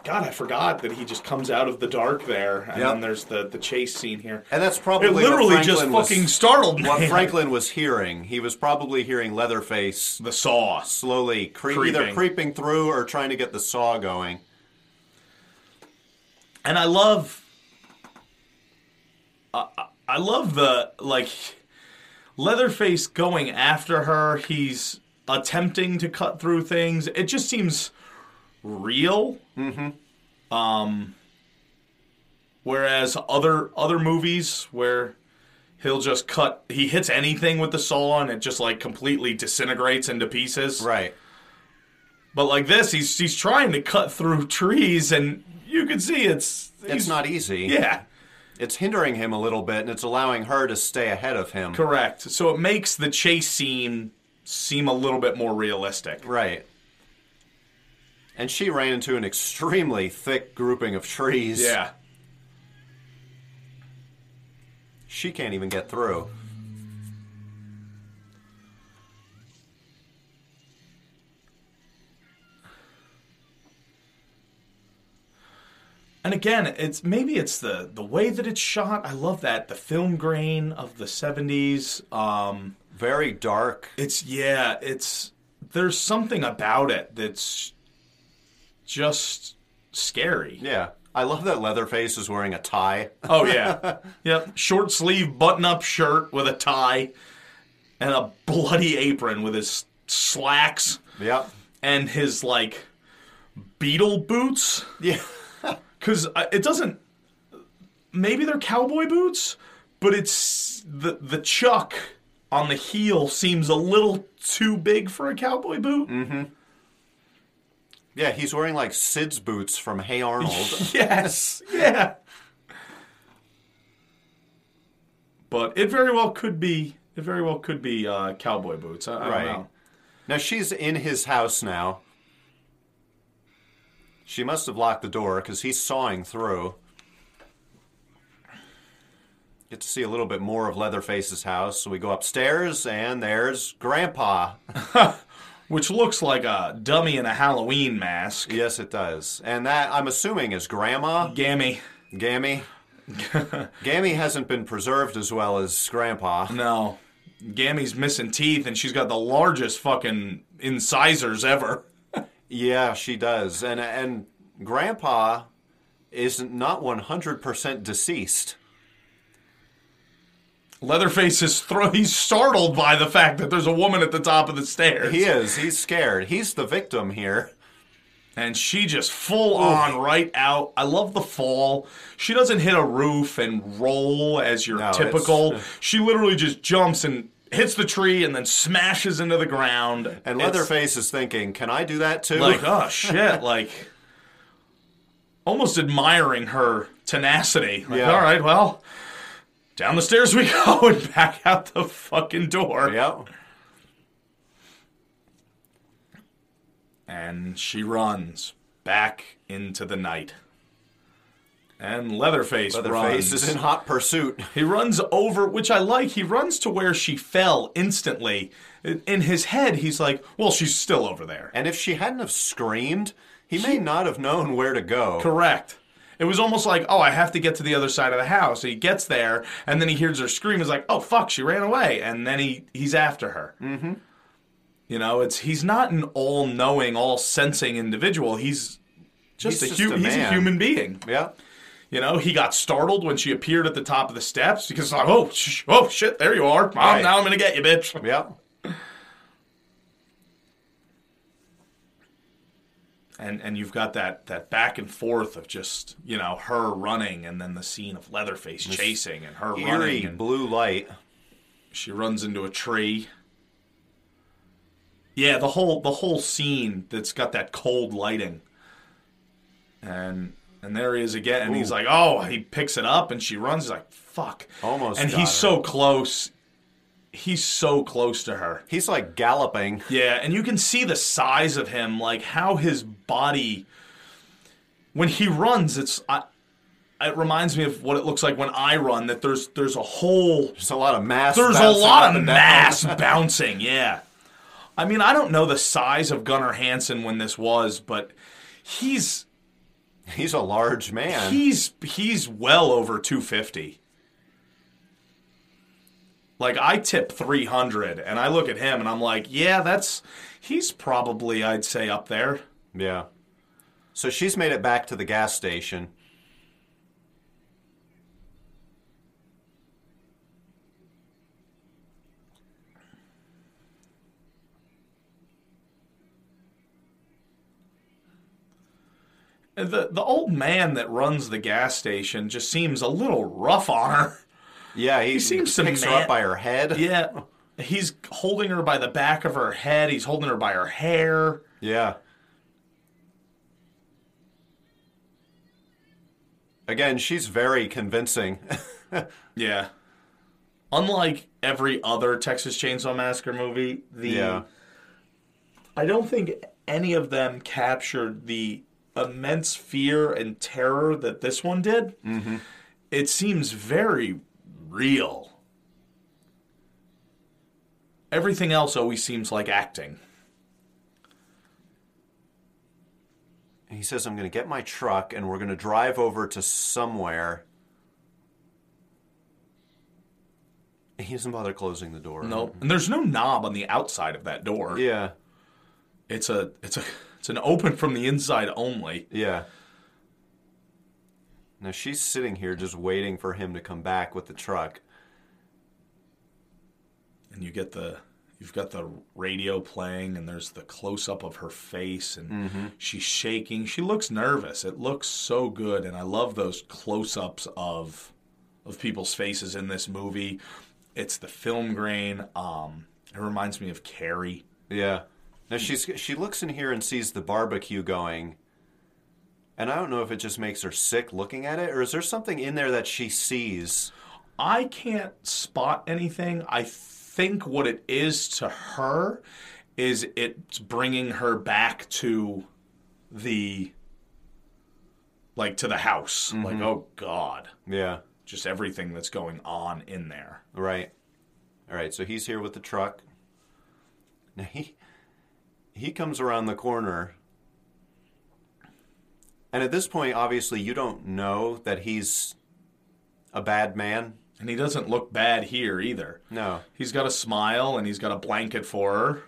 Speaker 1: God, I forgot that he just comes out of the dark there, and
Speaker 2: Yep.
Speaker 1: then there's the the chase scene here.
Speaker 2: And that's probably
Speaker 1: It literally
Speaker 2: what
Speaker 1: just
Speaker 2: Franklin was-
Speaker 1: fucking startled me.
Speaker 2: what Franklin was hearing. He was probably hearing Leatherface
Speaker 1: the sauce.
Speaker 2: slowly cre- either
Speaker 1: Creeping.
Speaker 2: creeping through or trying to get the saw going.
Speaker 1: and I love, I, I I love the like, Leatherface going after her. He's attempting to cut through things. It just seems real. Mm-hmm. Um. Whereas other other movies where he'll just cut, he hits anything with the saw and it just like completely disintegrates into pieces.
Speaker 2: Right.
Speaker 1: But like this, he's he's trying to cut through trees and. You can see it's
Speaker 2: It's
Speaker 1: he's-
Speaker 2: not easy.
Speaker 1: yeah,
Speaker 2: It's hindering him a little bit and it's allowing her to stay ahead of him.
Speaker 1: correct. So it makes the chase scene seem a little bit more realistic.
Speaker 2: Right. And she ran into an extremely thick grouping of trees.
Speaker 1: Yeah.
Speaker 2: She can't even get through.
Speaker 1: And again, it's maybe it's the the way that it's shot. I love that the film grain of the 70s. Um
Speaker 2: Very dark.
Speaker 1: it's yeah, it's there's something about it that's just scary.
Speaker 2: Yeah. I love that Leatherface is wearing a tie.
Speaker 1: Oh yeah. yep, short sleeve button-up shirt with a tie and a bloody apron with his slacks.
Speaker 2: yep.
Speaker 1: and his like beetle boots
Speaker 2: Yeah.
Speaker 1: because it doesn't maybe they're cowboy boots but it's the the chuck on the heel seems a little too big for a cowboy boot
Speaker 2: Yeah, he's wearing like Sid's boots from Hey Arnold.
Speaker 1: yes yeah but it very well could be it very well could be uh, cowboy boots i, I
Speaker 2: Right.
Speaker 1: don't know
Speaker 2: now she's in his house now. She must have locked the door because he's sawing through. Get to see a little bit more of Leatherface's house. So we go upstairs, and there's Grandpa.
Speaker 1: which looks like a dummy in a halloween mask
Speaker 2: yes, it does. And that, I'm assuming, is Grandma.
Speaker 1: gammy
Speaker 2: Gammy. Gammy hasn't been preserved as well as Grandpa.
Speaker 1: No. Gammy's missing teeth and she's got the largest fucking incisors ever.
Speaker 2: Yeah, she does. And and grandpa is not 100% deceased.
Speaker 1: Leatherface is thro- he's startled by the fact that there's a woman at the top of the stairs.
Speaker 2: He is. He's scared. He's the victim here.
Speaker 1: And she just full on right out. I love the fall. She doesn't hit a roof and roll as your
Speaker 2: No, it's-
Speaker 1: typical. She literally just jumps and hits the tree and then smashes into the ground.
Speaker 2: And
Speaker 1: It's
Speaker 2: Leatherface is thinking, "Can I do that too?"
Speaker 1: like, oh shit, like almost admiring her tenacity. Like,
Speaker 2: Yeah.
Speaker 1: all right, well, down the stairs we go and back out the fucking door.
Speaker 2: Yep.
Speaker 1: And she runs back into the night. And Leatherface,
Speaker 2: Leatherface
Speaker 1: runs.
Speaker 2: is in hot pursuit.
Speaker 1: He runs over, which I like. He runs to where she fell instantly. In in his head, he's like, well, she's still over there.
Speaker 2: And if she hadn't have screamed, he may not have known where to go.
Speaker 1: Correct. It was almost like, oh, I have to get to the other side of the house. He gets there, and then he hears her scream. He's like, oh fuck, she ran away, and then he he's after her. Mm-hmm. You know, it's he's not an all-knowing, all-sensing individual. He's just,
Speaker 2: He's
Speaker 1: a,
Speaker 2: just
Speaker 1: hu-
Speaker 2: a
Speaker 1: he's a
Speaker 2: man.
Speaker 1: human being.
Speaker 2: Yeah.
Speaker 1: You know, he got startled when she appeared at the top of the steps because like, oh, sh- oh shit, there you are, mom.
Speaker 2: Right.
Speaker 1: Now I'm gonna get you, bitch.
Speaker 2: Yep.
Speaker 1: And and you've got that that back and forth of just you know her running, and then the scene of Leatherface chasing and her running.
Speaker 2: Eerie
Speaker 1: and-
Speaker 2: blue light.
Speaker 1: She runs into a tree. Yeah, the whole the whole scene that's got that cold lighting. And and there he is again, and he's
Speaker 2: Ooh.
Speaker 1: like, "Oh!" He picks it up, and she runs. He's like, "Fuck!"
Speaker 2: Almost
Speaker 1: And
Speaker 2: got
Speaker 1: he's
Speaker 2: her.
Speaker 1: so close. He's so close to her.
Speaker 2: He's like galloping.
Speaker 1: Yeah, and you can see the size of him, like how his body. When he runs, it's. I, it reminds me of what it looks like when I run. That there's there's a whole
Speaker 2: There's a lot of mass.
Speaker 1: there's a
Speaker 2: bouncing up
Speaker 1: lot of
Speaker 2: and down.
Speaker 1: mass bouncing, yeah. I mean, I don't know the size of Gunnar Hansen when this was, but he's
Speaker 2: He's a large man.
Speaker 1: He's he's well over 250. Like I tip 300 and I look at him and I'm like, "Yeah, that's he's probably I'd say up there."
Speaker 2: yeah. So she's made it back to the gas station.
Speaker 1: And The the old man that runs the gas station just seems a little rough on her.
Speaker 2: Yeah, he,
Speaker 1: seems to
Speaker 2: picks her
Speaker 1: man-
Speaker 2: up by her head.
Speaker 1: Yeah. He's holding her by the back of her head. He's holding her by her hair.
Speaker 2: Yeah. Again, she's very convincing.
Speaker 1: Yeah. Unlike every other Texas Chainsaw Massacre movie, the
Speaker 2: yeah.
Speaker 1: I don't think any of them captured the immense fear and terror that this one did. Mm-hmm. It seems very real. Everything else always seems like acting.
Speaker 2: He says, I'm going to get my truck and we're going to drive over to somewhere. He doesn't bother closing the door.
Speaker 1: No, and there's no knob on the outside of that door.
Speaker 2: Yeah.
Speaker 1: It's a it's a it's an open from the inside only.
Speaker 2: Yeah. Now she's sitting here just waiting for him to come back with the truck.
Speaker 1: and you get the you've got the radio playing and there's the close up of her face and she's shaking she looks nervous it looks so good and i love those close ups of of people's faces in this movie it's the film grain um it reminds me of carrie
Speaker 2: Yeah. Now she's she looks in here and sees the barbecue going. And I don't know if it just makes her sick looking at it or is there something in there that she sees?
Speaker 1: I can't spot anything. I think what it is to her is it's bringing her back to the like to the house. Like
Speaker 2: Mm-hmm.
Speaker 1: oh god,
Speaker 2: Yeah.
Speaker 1: just everything that's going on in there.
Speaker 2: Right. All right, so he's here with the truck. Now he he comes around the corner. And at this point, obviously, you don't know that he's a bad man.
Speaker 1: And he doesn't look bad here either.
Speaker 2: No,
Speaker 1: He's got a smile and he's got a blanket for her,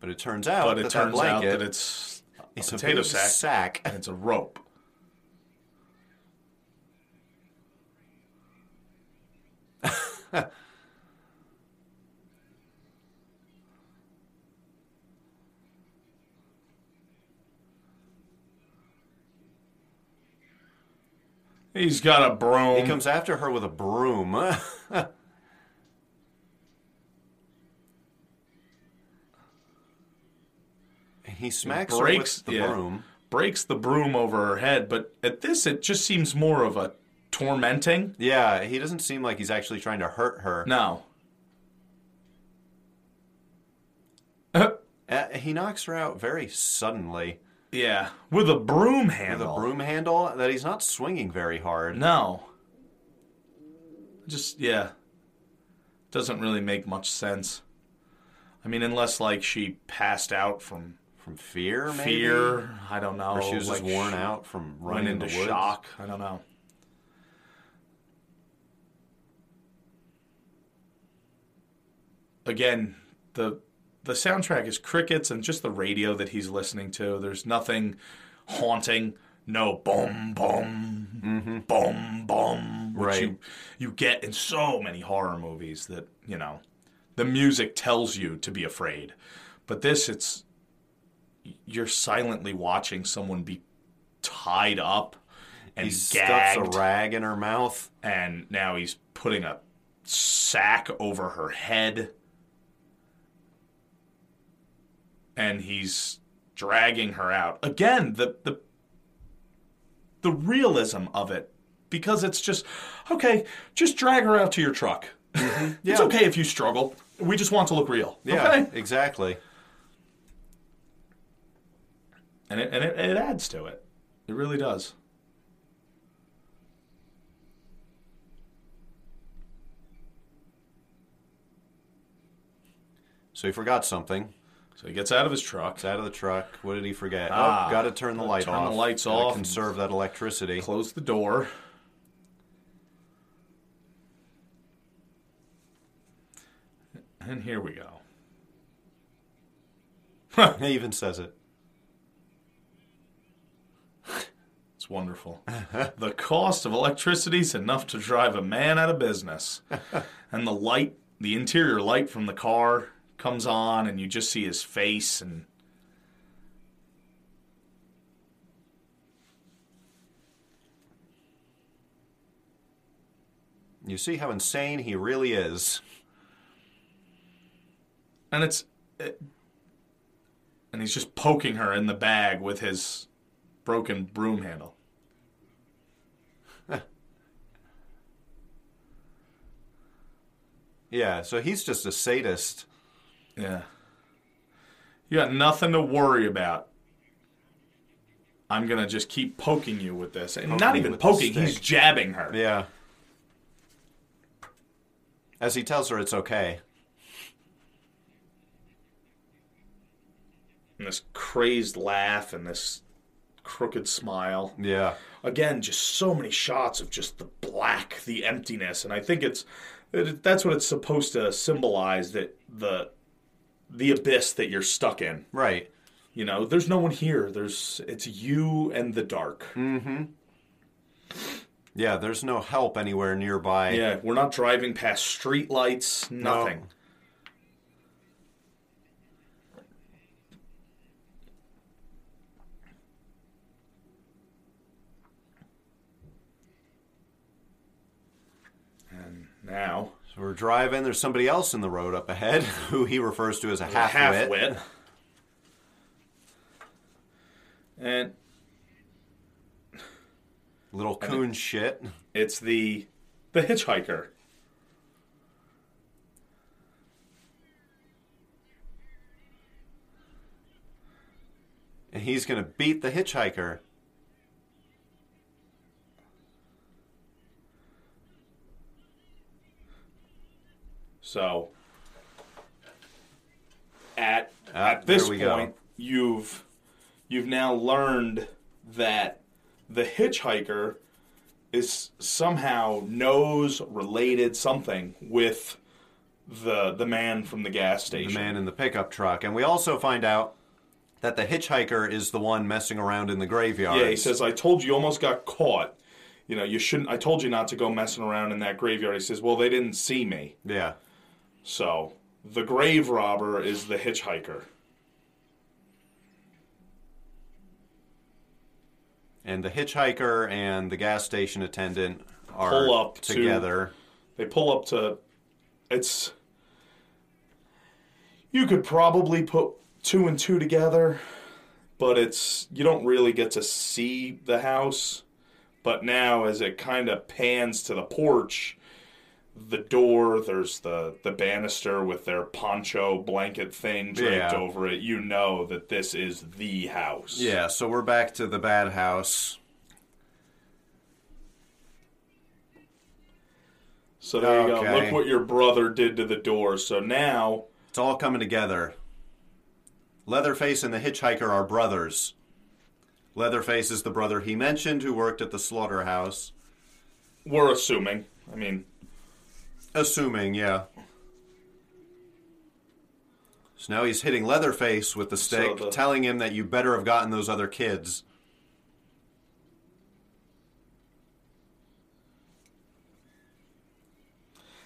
Speaker 2: but it turns out
Speaker 1: but
Speaker 2: that
Speaker 1: it
Speaker 2: that
Speaker 1: turns out
Speaker 2: blanket
Speaker 1: that it's a
Speaker 2: is
Speaker 1: potato
Speaker 2: big
Speaker 1: sack
Speaker 2: sack.
Speaker 1: and it's a rope. He's got a broom.
Speaker 2: He comes after her with a broom. he smacks
Speaker 1: breaks-
Speaker 2: her with
Speaker 1: uh,
Speaker 2: the
Speaker 1: yeah.
Speaker 2: broom.
Speaker 1: breaks the broom over her head, but at this, it just seems more of a tormenting.
Speaker 2: Yeah, he doesn't seem like he's actually trying to hurt her.
Speaker 1: No.
Speaker 2: Uh, he knocks her out very suddenly
Speaker 1: yeah, with a broom
Speaker 2: with
Speaker 1: handle.
Speaker 2: a broom handle that he's not swinging very hard.
Speaker 1: No. Just yeah. Doesn't really make much sense. I mean, unless like she passed out from
Speaker 2: From fear, maybe?
Speaker 1: fear. I don't know.
Speaker 2: Or she was
Speaker 1: like,
Speaker 2: just worn
Speaker 1: she
Speaker 2: out from
Speaker 1: Went
Speaker 2: running in
Speaker 1: into
Speaker 2: the woods.
Speaker 1: shock. I don't know. Again, the the soundtrack is crickets and just the radio that he's listening to. There's nothing haunting. No boom boom boom boom. Which
Speaker 2: Right.
Speaker 1: you you get in so many horror movies that, you know, the music tells you to be afraid. But this it's you're silently watching someone be tied up and
Speaker 2: He
Speaker 1: gagged,
Speaker 2: stuffs a rag in her mouth.
Speaker 1: and now he's putting a sack over her head, and he's dragging her out again. The the the realism of it, because it's just okay. Just drag her out to your truck. it's
Speaker 2: Mm-hmm. Yeah.
Speaker 1: okay if you struggle. We just want to look real.
Speaker 2: Yeah,
Speaker 1: Okay.
Speaker 2: exactly.
Speaker 1: and it, and it, it adds to it. It really does.
Speaker 2: So he forgot something.
Speaker 1: So he gets out of his truck,
Speaker 2: It's out of the truck. What did he forget?
Speaker 1: Ah.
Speaker 2: oh, got to turn the light
Speaker 1: Turn the
Speaker 2: off.
Speaker 1: lights
Speaker 2: Gotta
Speaker 1: off.
Speaker 2: Conserve that electricity.
Speaker 1: close the door. And here we go.
Speaker 2: He even says it.
Speaker 1: It's wonderful. the cost of electricity is enough to drive a man out of business. and the light, the interior light from the car comes on, and you just see his face and.
Speaker 2: You see how insane he really is.
Speaker 1: and it's it, and he's just poking her in the bag with his broken broom handle
Speaker 2: Yeah, so he's just a sadist.
Speaker 1: yeah you got nothing to worry about i'm gonna just keep poking you with this and not
Speaker 2: you
Speaker 1: even
Speaker 2: with the
Speaker 1: poking he's
Speaker 2: stick.
Speaker 1: jabbing her
Speaker 2: Yeah. As he tells her it's okay.
Speaker 1: and this crazed laugh and this crooked smile
Speaker 2: Yeah.
Speaker 1: again just so many shots of just the black the emptiness and i think it's it, that's what it's supposed to symbolize that the the abyss that you're stuck in
Speaker 2: Right.
Speaker 1: you know there's no one here there's it's you and the dark
Speaker 2: Hmm. Yeah, there's no help anywhere nearby.
Speaker 1: yeah we're not driving past street lights nothing and now
Speaker 2: So we're driving. There's somebody else in the road up ahead who he refers to as a half
Speaker 1: half
Speaker 2: wit.
Speaker 1: wit and
Speaker 2: Little coon shit.
Speaker 1: it's the the hitchhiker
Speaker 2: And he's going to beat the hitchhiker.
Speaker 1: So at
Speaker 2: Ah,
Speaker 1: at this
Speaker 2: there we
Speaker 1: point,
Speaker 2: go.
Speaker 1: you've you've now learned that the hitchhiker is somehow knows related something with the the man from the gas
Speaker 2: the
Speaker 1: station.
Speaker 2: man in the pickup truck. And we also find out that the hitchhiker is the one messing around in the graveyard.
Speaker 1: Yeah, he says, "I told you, you almost got caught. You know, you shouldn't. I told you not to go messing around in that graveyard." He says, "Well, they didn't see me."
Speaker 2: Yeah.
Speaker 1: So the grave robber is the hitchhiker.
Speaker 2: And the hitchhiker and the gas station attendant are
Speaker 1: Pull up to-
Speaker 2: together.
Speaker 1: They pull up to. It's. You could probably put two and two together, but it's. You don't really get to see the house. But now, as it kind of pans to the porch, the door, there's the, the banister with their poncho blanket thing draped
Speaker 2: Yeah.
Speaker 1: over it. You know that this is the house.
Speaker 2: Yeah, so we're back to the bad house.
Speaker 1: So there you go.
Speaker 2: Okay.
Speaker 1: Look what your brother did to the door. So now.
Speaker 2: It's all coming together. Leatherface and the hitchhiker are brothers. Leatherface is the brother he mentioned who worked at the slaughterhouse.
Speaker 1: We're assuming. I mean,
Speaker 2: Assuming, yeah. So now he's hitting Leatherface with the stick,
Speaker 1: the-
Speaker 2: telling him that you better have gotten those other kids.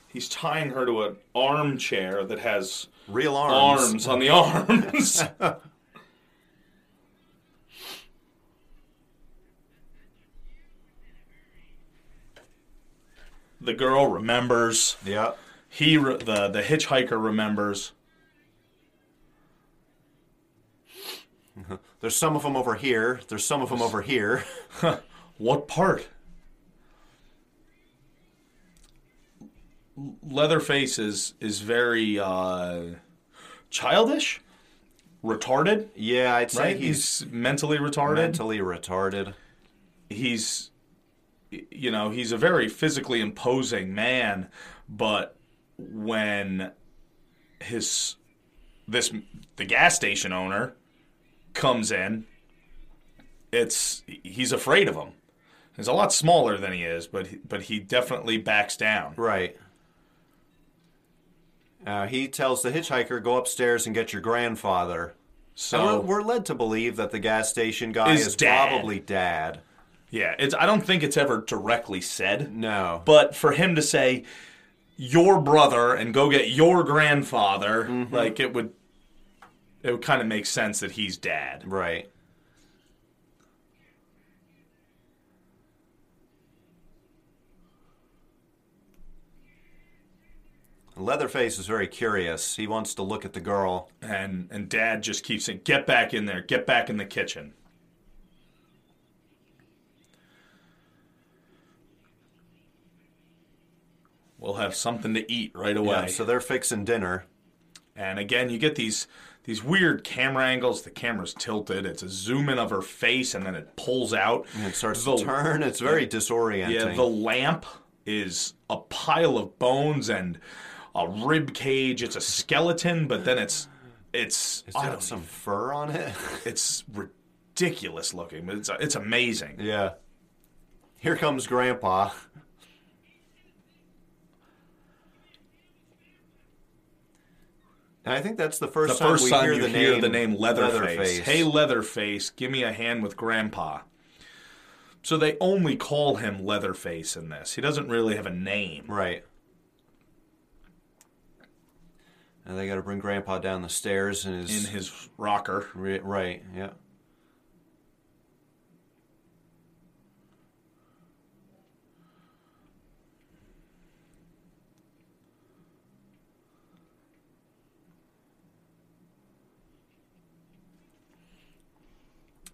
Speaker 1: he's tying her to an armchair that has
Speaker 2: Real arms.
Speaker 1: arms, on the arms. the girl remembers.
Speaker 2: Yeah.
Speaker 1: He re- the the hitchhiker remembers.
Speaker 2: There's some of them over here. There's some of them over here.
Speaker 1: What part? Leatherface is is very uh, childish, retarded.
Speaker 2: Yeah, I'd say
Speaker 1: Right?
Speaker 2: he's,
Speaker 1: He's mentally retarded.
Speaker 2: mentally retarded.
Speaker 1: he's you know he's a very physically imposing man but when his this the gas station owner comes in. It's he's afraid of him. He's a lot smaller than he is, but he- but he definitely backs down.
Speaker 2: Right. Uh, he tells the hitchhiker, "Go upstairs and get your grandfather." So
Speaker 1: So
Speaker 2: we're, we're led to believe that the gas station guy
Speaker 1: Oh. Is
Speaker 2: is,
Speaker 1: dad.
Speaker 2: probably dad.
Speaker 1: yeah, it's I don't think it's ever directly said,
Speaker 2: No.
Speaker 1: but for him to say your brother and go get your grandfather, like it would it would kind of make sense that he's dad.
Speaker 2: Right. Leatherface is very curious. He wants to look at the girl.
Speaker 1: and and dad just keeps saying get back in there get back in the kitchen we'll have something to eat right away
Speaker 2: Yeah, so they're fixing dinner.
Speaker 1: and again you get these these weird camera angles the camera's tilted it's a zoom in of her face and then it pulls out
Speaker 2: It starts
Speaker 1: The-
Speaker 2: to turn. It's very disorienting.
Speaker 1: yeah the lamp is a pile of bones and a rib cage it's a skeleton but then it's it's
Speaker 2: it's
Speaker 1: I
Speaker 2: got
Speaker 1: don't
Speaker 2: some fur on it.
Speaker 1: It's ridiculous looking, but it's it's amazing.
Speaker 2: yeah. Here comes Grandpa. And I think that's the
Speaker 1: The
Speaker 2: first time
Speaker 1: first
Speaker 2: we
Speaker 1: time
Speaker 2: hear,
Speaker 1: you
Speaker 2: the,
Speaker 1: hear
Speaker 2: name
Speaker 1: the name Leatherface.
Speaker 2: Leatherface.
Speaker 1: hey Leatherface, give me a hand with Grandpa. So they only call him Leatherface in this. He doesn't really have a name.
Speaker 2: Right. And they got to bring Grandpa down the stairs and his.
Speaker 1: In his rocker,
Speaker 2: ri- right, yeah.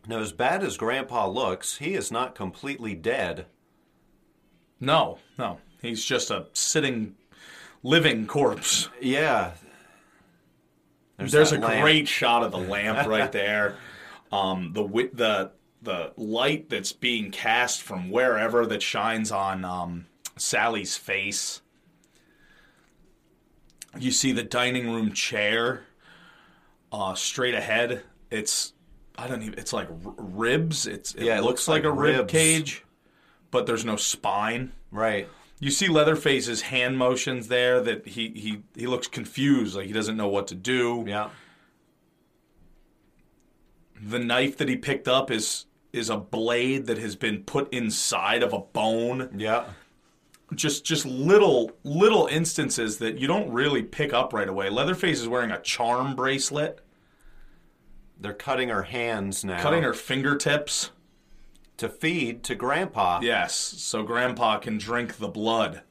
Speaker 2: Now, as bad as Grandpa looks, he is not completely dead.
Speaker 1: no, no, he's just a sitting, living corpse.
Speaker 2: Yeah.
Speaker 1: There's
Speaker 2: that
Speaker 1: a
Speaker 2: lamp.
Speaker 1: great shot of the lamp right there. Um, the wi- the the light that's being cast from wherever that shines on um, Sally's face. You see the dining room chair uh, straight ahead. It's I don't even. It's like r- ribs. It's it,
Speaker 2: Yeah, it looks
Speaker 1: looks, like,
Speaker 2: like
Speaker 1: a rib
Speaker 2: ribs.
Speaker 1: cage, but there's no spine.
Speaker 2: Right.
Speaker 1: You see Leatherface's hand motions there. That he he he looks confused, like he doesn't know what to do.
Speaker 2: Yeah.
Speaker 1: the knife that he picked up is is a blade that has been put inside of a bone
Speaker 2: Yeah.
Speaker 1: just just little little instances that you don't really pick up right away leatherface is wearing a charm bracelet
Speaker 2: They're cutting her hands now.
Speaker 1: cutting her fingertips
Speaker 2: to feed to Grandpa.
Speaker 1: yes so grandpa can drink the blood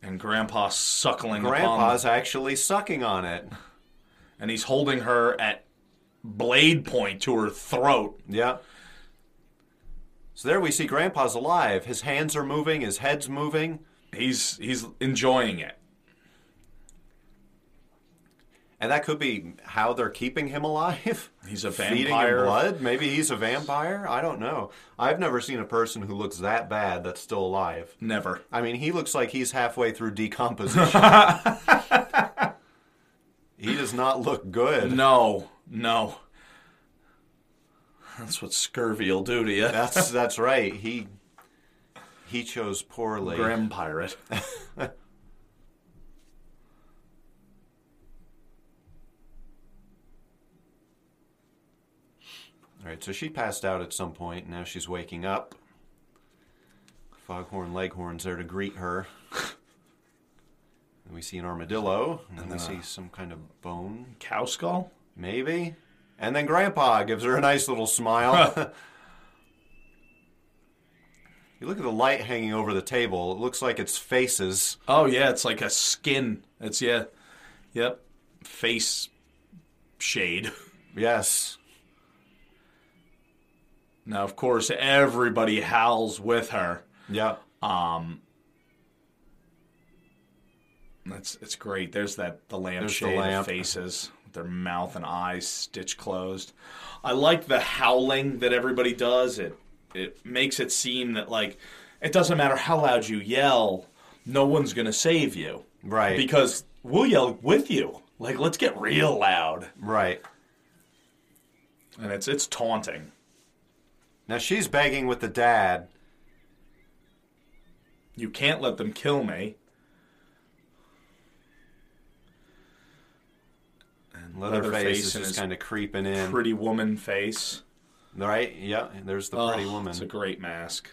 Speaker 1: and grandpa suckling upon
Speaker 2: Grandpa's actually sucking on it.
Speaker 1: and he's holding her at blade point to her throat
Speaker 2: Yeah. So there we see Grandpa's alive. His hands are moving. His head's moving.
Speaker 1: he's he's enjoying it
Speaker 2: And that could be how they're keeping him alive.
Speaker 1: He's a
Speaker 2: Feeding
Speaker 1: vampire.
Speaker 2: him blood. Maybe he's a vampire. I don't know. I've never seen a person who looks that bad that's still alive.
Speaker 1: never
Speaker 2: I mean, he looks like he's halfway through decomposition. he does not look good.
Speaker 1: No, no. That's what scurvy will do to you.
Speaker 2: That's that's right. He he chose poorly.
Speaker 1: Grim pirate.
Speaker 2: All right, so she passed out at some point. Now she's waking up. Foghorn Leghorn's there to greet her. and we see an armadillo, and then we see some kind of bone,
Speaker 1: Cow skull?
Speaker 2: maybe. And then Grandpa gives her a nice little smile. you look at the light hanging over the table. It looks like it's faces.
Speaker 1: Oh yeah, it's like a skin. It's yeah. Yep. Face shade.
Speaker 2: Yes.
Speaker 1: Now of course everybody howls with her.
Speaker 2: Yep.
Speaker 1: That's it's great. There's that the lampshade
Speaker 2: lamp.
Speaker 1: of faces with their mouth and eyes stitched closed. I like the howling that everybody does. It it makes it seem that like it doesn't matter how loud you yell, no one's gonna save you.
Speaker 2: Right.
Speaker 1: Because
Speaker 3: we'll yell with you. Like, let's get real loud.
Speaker 2: Right.
Speaker 1: and it's it's taunting.
Speaker 2: Now she's begging with the dad.
Speaker 1: You can't let them kill me.
Speaker 2: And Leatherface,
Speaker 1: Leatherface
Speaker 2: is
Speaker 1: and
Speaker 2: just
Speaker 1: his
Speaker 2: kind of creeping in.
Speaker 1: Pretty woman face.
Speaker 2: right? Yeah, and there's the pretty
Speaker 1: Ugh,
Speaker 2: woman.
Speaker 1: Oh, It's a great mask.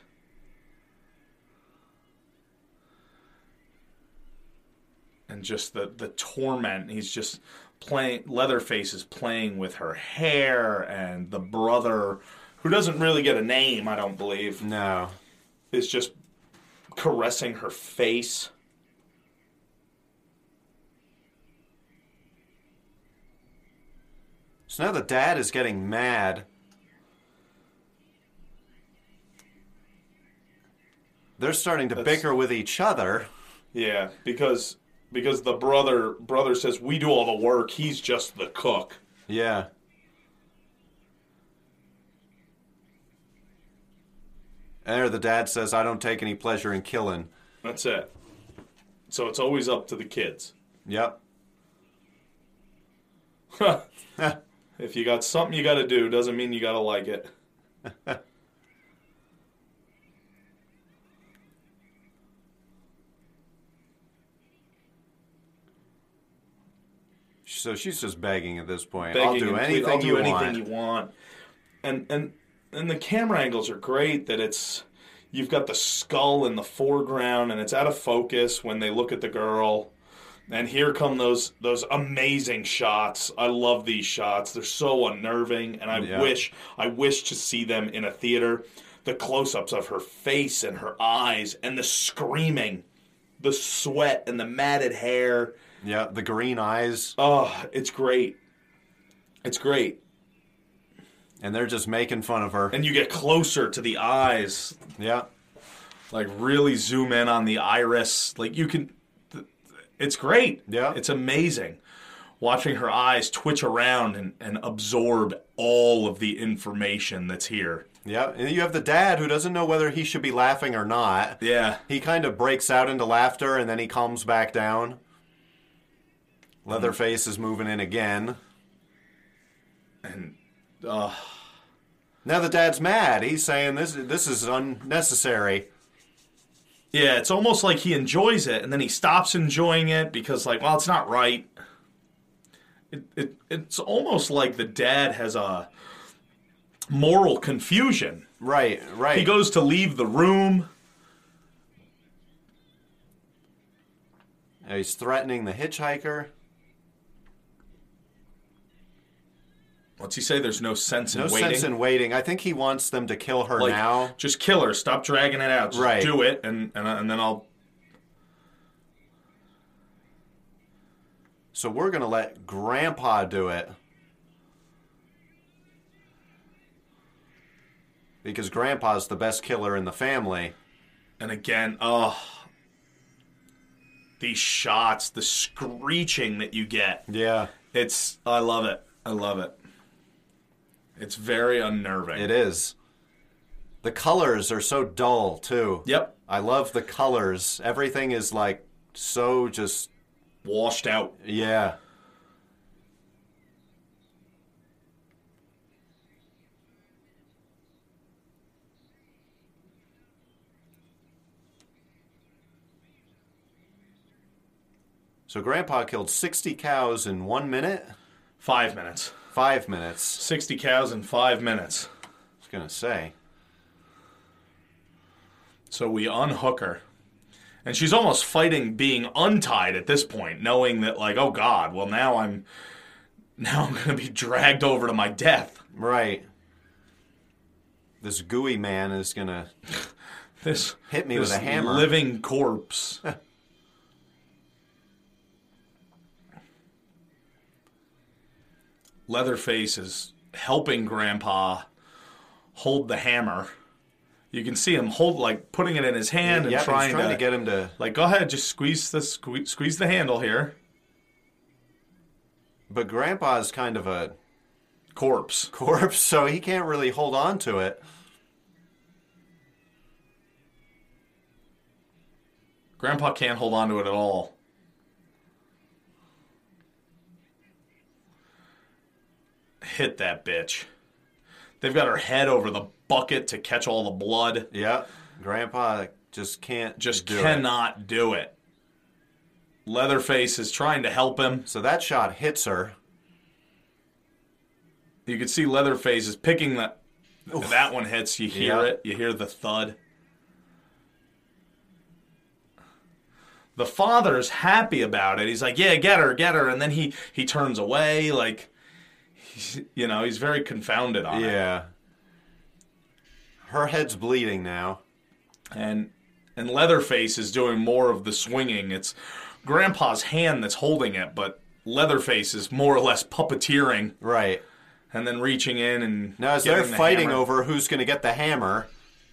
Speaker 1: And just the the torment. He's just playing. Leatherface is playing with her hair, and the brother, who doesn't really get a name, I don't believe,
Speaker 2: No.
Speaker 1: is just caressing her face.
Speaker 2: So now the dad is getting mad. They're starting to bicker with each other.
Speaker 1: Yeah, because because the brother brother says we do all the work. He's just the cook.
Speaker 2: Yeah. And there the dad says, I don't take any pleasure in killing.
Speaker 1: That's it. So it's always up to the kids.
Speaker 2: Yep. Huh.
Speaker 1: If you got something you got to do, doesn't mean you got to like it.
Speaker 2: so she's just begging at this point. I'll
Speaker 1: Begging
Speaker 2: do
Speaker 1: and plead-
Speaker 2: anything,
Speaker 1: I'll do
Speaker 2: you,
Speaker 1: anything
Speaker 2: want.
Speaker 1: you want. And and and the camera angles are great. That it's you've got the skull in the foreground, and it's out of focus when they look at the girl. And here come those those amazing shots. I love these shots. They're so unnerving, and I
Speaker 2: Yeah.
Speaker 1: wish I wish to see them in a theater. The close-ups of her face and her eyes, and the screaming, the sweat, and the matted hair.
Speaker 2: Yeah, the green eyes.
Speaker 1: Oh, it's great. It's great.
Speaker 2: And they're just making fun of her.
Speaker 1: And you get closer to the eyes,
Speaker 2: Yeah.
Speaker 1: like really zoom in on the iris. Like you can, th- it's great.
Speaker 2: Yeah.
Speaker 1: It's amazing watching her eyes twitch around and, and absorb all of the information that's here.
Speaker 2: Yeah, and you have the dad who doesn't know whether he should be laughing or not.
Speaker 1: Yeah.
Speaker 2: He kind of breaks out into laughter and then he calms back down. Leatherface is moving in again.
Speaker 1: And, uh,
Speaker 2: Now the dad's mad. He's saying this this is unnecessary.
Speaker 1: yeah, it's almost like he enjoys it and then he stops enjoying it because, like, well, it's not right. It, it, it's almost like the dad has a moral confusion.
Speaker 2: Right, right.
Speaker 1: He goes to leave the room.
Speaker 2: Now he's threatening the hitchhiker.
Speaker 1: What's he say? There's no sense in
Speaker 2: No
Speaker 1: waiting.
Speaker 2: sense in waiting. I think he wants them to kill her
Speaker 1: like,
Speaker 2: now.
Speaker 1: just kill her. Stop dragging it out. Just
Speaker 2: Right.
Speaker 1: Do it, and and, and then I'll.
Speaker 2: So we're going to let grandpa do it. Because grandpa's the best killer in the family.
Speaker 1: And again, oh, these shots, the screeching that you get.
Speaker 2: Yeah.
Speaker 1: It's I love it. I love it. It's very unnerving.
Speaker 2: It is. The colors are so dull too.
Speaker 1: Yep.
Speaker 2: I love the colors. Everything is like so just
Speaker 1: Washed out.
Speaker 2: yeah. So grandpa killed 60 cows in 1 minute,
Speaker 1: Five minutes.
Speaker 2: 5 minutes.
Speaker 1: Sixty cows in five minutes.
Speaker 2: I was going to say.
Speaker 1: So we unhook her. And she's almost fighting being untied at this point, knowing that like, oh God, well now I'm now I'm gonna be dragged over to my death.
Speaker 2: Right. This gooey man is gonna.
Speaker 1: This
Speaker 2: Hit me with
Speaker 1: this
Speaker 2: a hammer.
Speaker 1: Living corpse. Leatherface is helping Grandpa hold the hammer. You can see him hold like putting it in his
Speaker 2: Yep,
Speaker 1: hand and
Speaker 2: he's
Speaker 1: trying,
Speaker 2: trying to get him to.
Speaker 1: like go ahead, just squeeze the squeeze, squeeze the handle here.
Speaker 2: But Grandpa's kind of a
Speaker 1: Corpse.
Speaker 2: corpse, so he can't really hold on to it.
Speaker 1: Grandpa can't hold on to it at all. hit that bitch. They've got her head over the bucket to catch all the blood.
Speaker 2: Yeah. Grandpa just can't
Speaker 1: Just
Speaker 2: do it.
Speaker 1: cannot do it. Leatherface is trying to help him.
Speaker 2: So that shot hits her.
Speaker 1: You can see Leatherface is picking the. That one hits. You hear
Speaker 2: Yeah.
Speaker 1: it. You hear the thud. The father's happy about it. He's like, "Yeah, get her, get her," and then he he turns away. Like, he's, you know, he's very confounded on it.
Speaker 2: Yeah. Her head's bleeding now.
Speaker 1: And and Leatherface is doing more of the swinging. It's Grandpa's hand that's holding it, but Leatherface is more or less puppeteering
Speaker 2: Right.
Speaker 1: and then reaching in and
Speaker 2: Now, as
Speaker 1: getting
Speaker 2: they're
Speaker 1: the
Speaker 2: fighting
Speaker 1: hammer
Speaker 2: over who's going to get the hammer,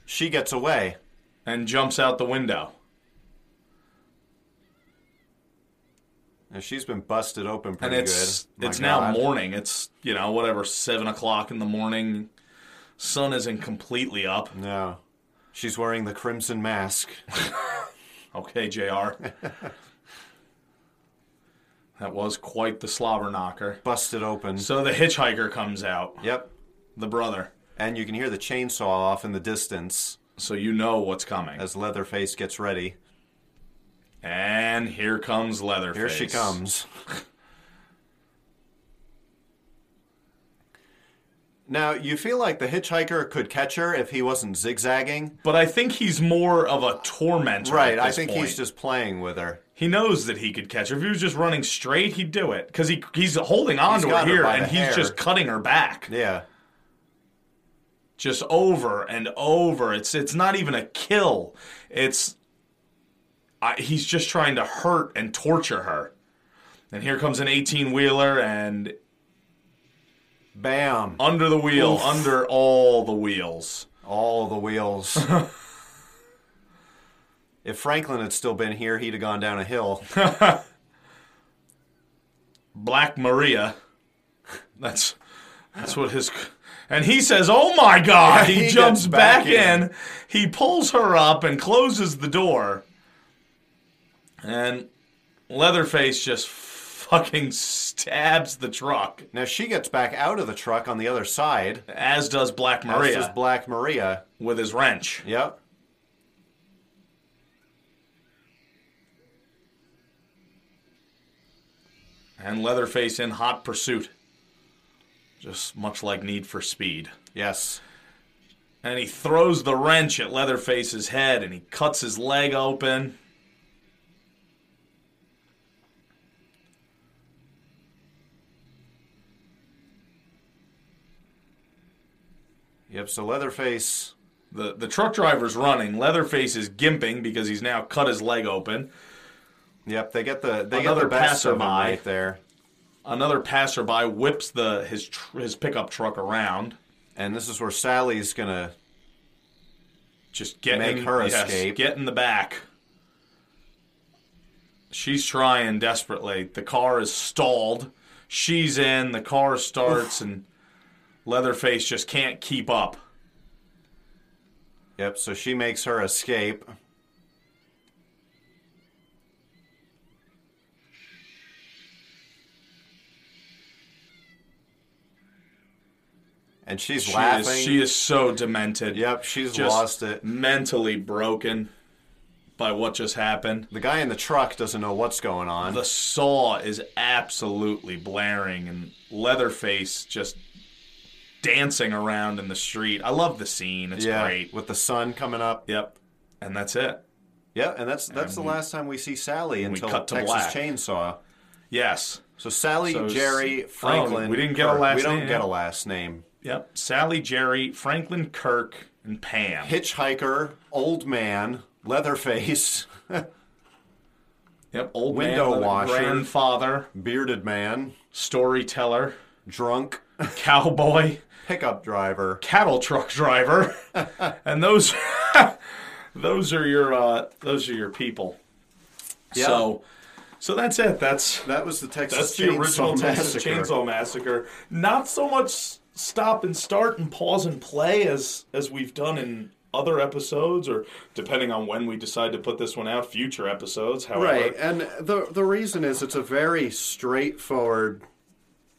Speaker 2: she gets away.
Speaker 1: and jumps out the window.
Speaker 2: And she's been busted open
Speaker 1: and
Speaker 2: pretty
Speaker 1: it's
Speaker 2: good. My
Speaker 1: it's now
Speaker 2: God.
Speaker 1: morning. It's you know whatever seven o'clock in the morning. Sun isn't completely up.
Speaker 2: No. She's wearing the crimson mask.
Speaker 1: Okay, Jr. that was quite the slobber knocker.
Speaker 2: Busted open.
Speaker 1: So the hitchhiker comes out,
Speaker 2: yep.
Speaker 1: the brother.
Speaker 2: And you can hear the chainsaw off in the distance
Speaker 1: So you know what's coming.
Speaker 2: as Leatherface gets ready.
Speaker 1: And here comes Leatherface.
Speaker 2: Here she comes. now, you feel like the hitchhiker could catch her if he wasn't zigzagging.
Speaker 1: But I think he's more of a tormentor.
Speaker 2: Right,
Speaker 1: at
Speaker 2: I
Speaker 1: this
Speaker 2: think
Speaker 1: point.
Speaker 2: he's just playing with her.
Speaker 1: He knows that he could catch her. If he was just running straight, he'd do it. Because he, he's holding on
Speaker 2: He's
Speaker 1: to
Speaker 2: got
Speaker 1: her
Speaker 2: her
Speaker 1: here
Speaker 2: by
Speaker 1: and
Speaker 2: the
Speaker 1: he's
Speaker 2: hair.
Speaker 1: just cutting her back.
Speaker 2: Yeah.
Speaker 1: just over and over. It's it's not even a kill. It's I, he's just trying to hurt and torture her. And here comes an 18 wheeler and
Speaker 2: Bam.
Speaker 1: under the wheel,
Speaker 2: Oof.
Speaker 1: under all the wheels.
Speaker 2: All the wheels. if Franklin had still been here, he'd have gone down a hill.
Speaker 1: Black Maria. That's that's what his and he says, "Oh my god."
Speaker 2: Yeah,
Speaker 1: he,
Speaker 2: he
Speaker 1: jumps
Speaker 2: gets back
Speaker 1: back in. He pulls her up and closes the door. And Leatherface just fucking stabs the truck.
Speaker 2: now, she gets back out of the truck on the other side.
Speaker 1: as does Black
Speaker 2: That's
Speaker 1: Maria
Speaker 2: just Black Maria.
Speaker 1: with his wrench.
Speaker 2: Yep.
Speaker 1: And Leatherface in hot pursuit. Just much like Need for Speed.
Speaker 2: Yes.
Speaker 1: And he throws the wrench at Leatherface's head and he cuts his leg open.
Speaker 2: Yep, so Leatherface.
Speaker 1: The, the truck driver's running. Leatherface is gimping because he's now cut his leg open.
Speaker 2: Yep, they get the they
Speaker 1: Another
Speaker 2: get the best of him
Speaker 1: passerby.
Speaker 2: right there.
Speaker 1: Another passerby whips the his tr- his pickup truck around,
Speaker 2: And this is where Sally's gonna
Speaker 1: just getting
Speaker 2: Make her escape.
Speaker 1: Get in the back. She's trying desperately. The car is stalled. She's in. The car starts, and Leatherface just can't keep up.
Speaker 2: Yep, so she makes her escape. And she's
Speaker 1: She
Speaker 2: laughing.
Speaker 1: is, she is so demented.
Speaker 2: yep, she's
Speaker 1: just
Speaker 2: lost it.
Speaker 1: Mentally broken by what just happened.
Speaker 2: The guy in the truck doesn't know what's going on.
Speaker 1: The saw is absolutely blaring, and Leatherface just dancing around in the street. I love the scene. It's
Speaker 2: yeah,
Speaker 1: great.
Speaker 2: with the sun coming up.
Speaker 1: Yep. And that's it.
Speaker 2: Yeah, and that's that's the last time we see Sally until
Speaker 1: cut to
Speaker 2: Texas
Speaker 1: black.
Speaker 2: Chainsaw.
Speaker 1: Yes.
Speaker 2: So Sally,
Speaker 1: So s-
Speaker 2: Jerry,
Speaker 1: oh,
Speaker 2: Franklin.
Speaker 1: we didn't get a
Speaker 2: Kirk.
Speaker 1: last
Speaker 2: We don't
Speaker 1: name.
Speaker 2: get a last name.
Speaker 1: Yep. Sally, Jerry, Franklin, Kirk, and Pam.
Speaker 2: Hitchhiker, old man, Leatherface,
Speaker 1: Yep. Old
Speaker 2: Window
Speaker 1: man,
Speaker 2: washer.
Speaker 1: grandfather,
Speaker 2: bearded man,
Speaker 1: storyteller,
Speaker 2: drunk,
Speaker 1: cowboy,
Speaker 2: pickup driver.
Speaker 1: cattle truck driver, and those those are your uh, those are your people.
Speaker 2: Yeah.
Speaker 1: So so that's it. That's
Speaker 2: That was the Texas
Speaker 1: that's the
Speaker 2: Chainsaw
Speaker 1: original
Speaker 2: massacre.
Speaker 1: Texas Chainsaw Massacre. Not so much stop and start and pause and play as as we've done in other episodes, or depending on when we decide to put this one out, future episodes. However,
Speaker 2: Right, and the the reason is it's a very straightforward.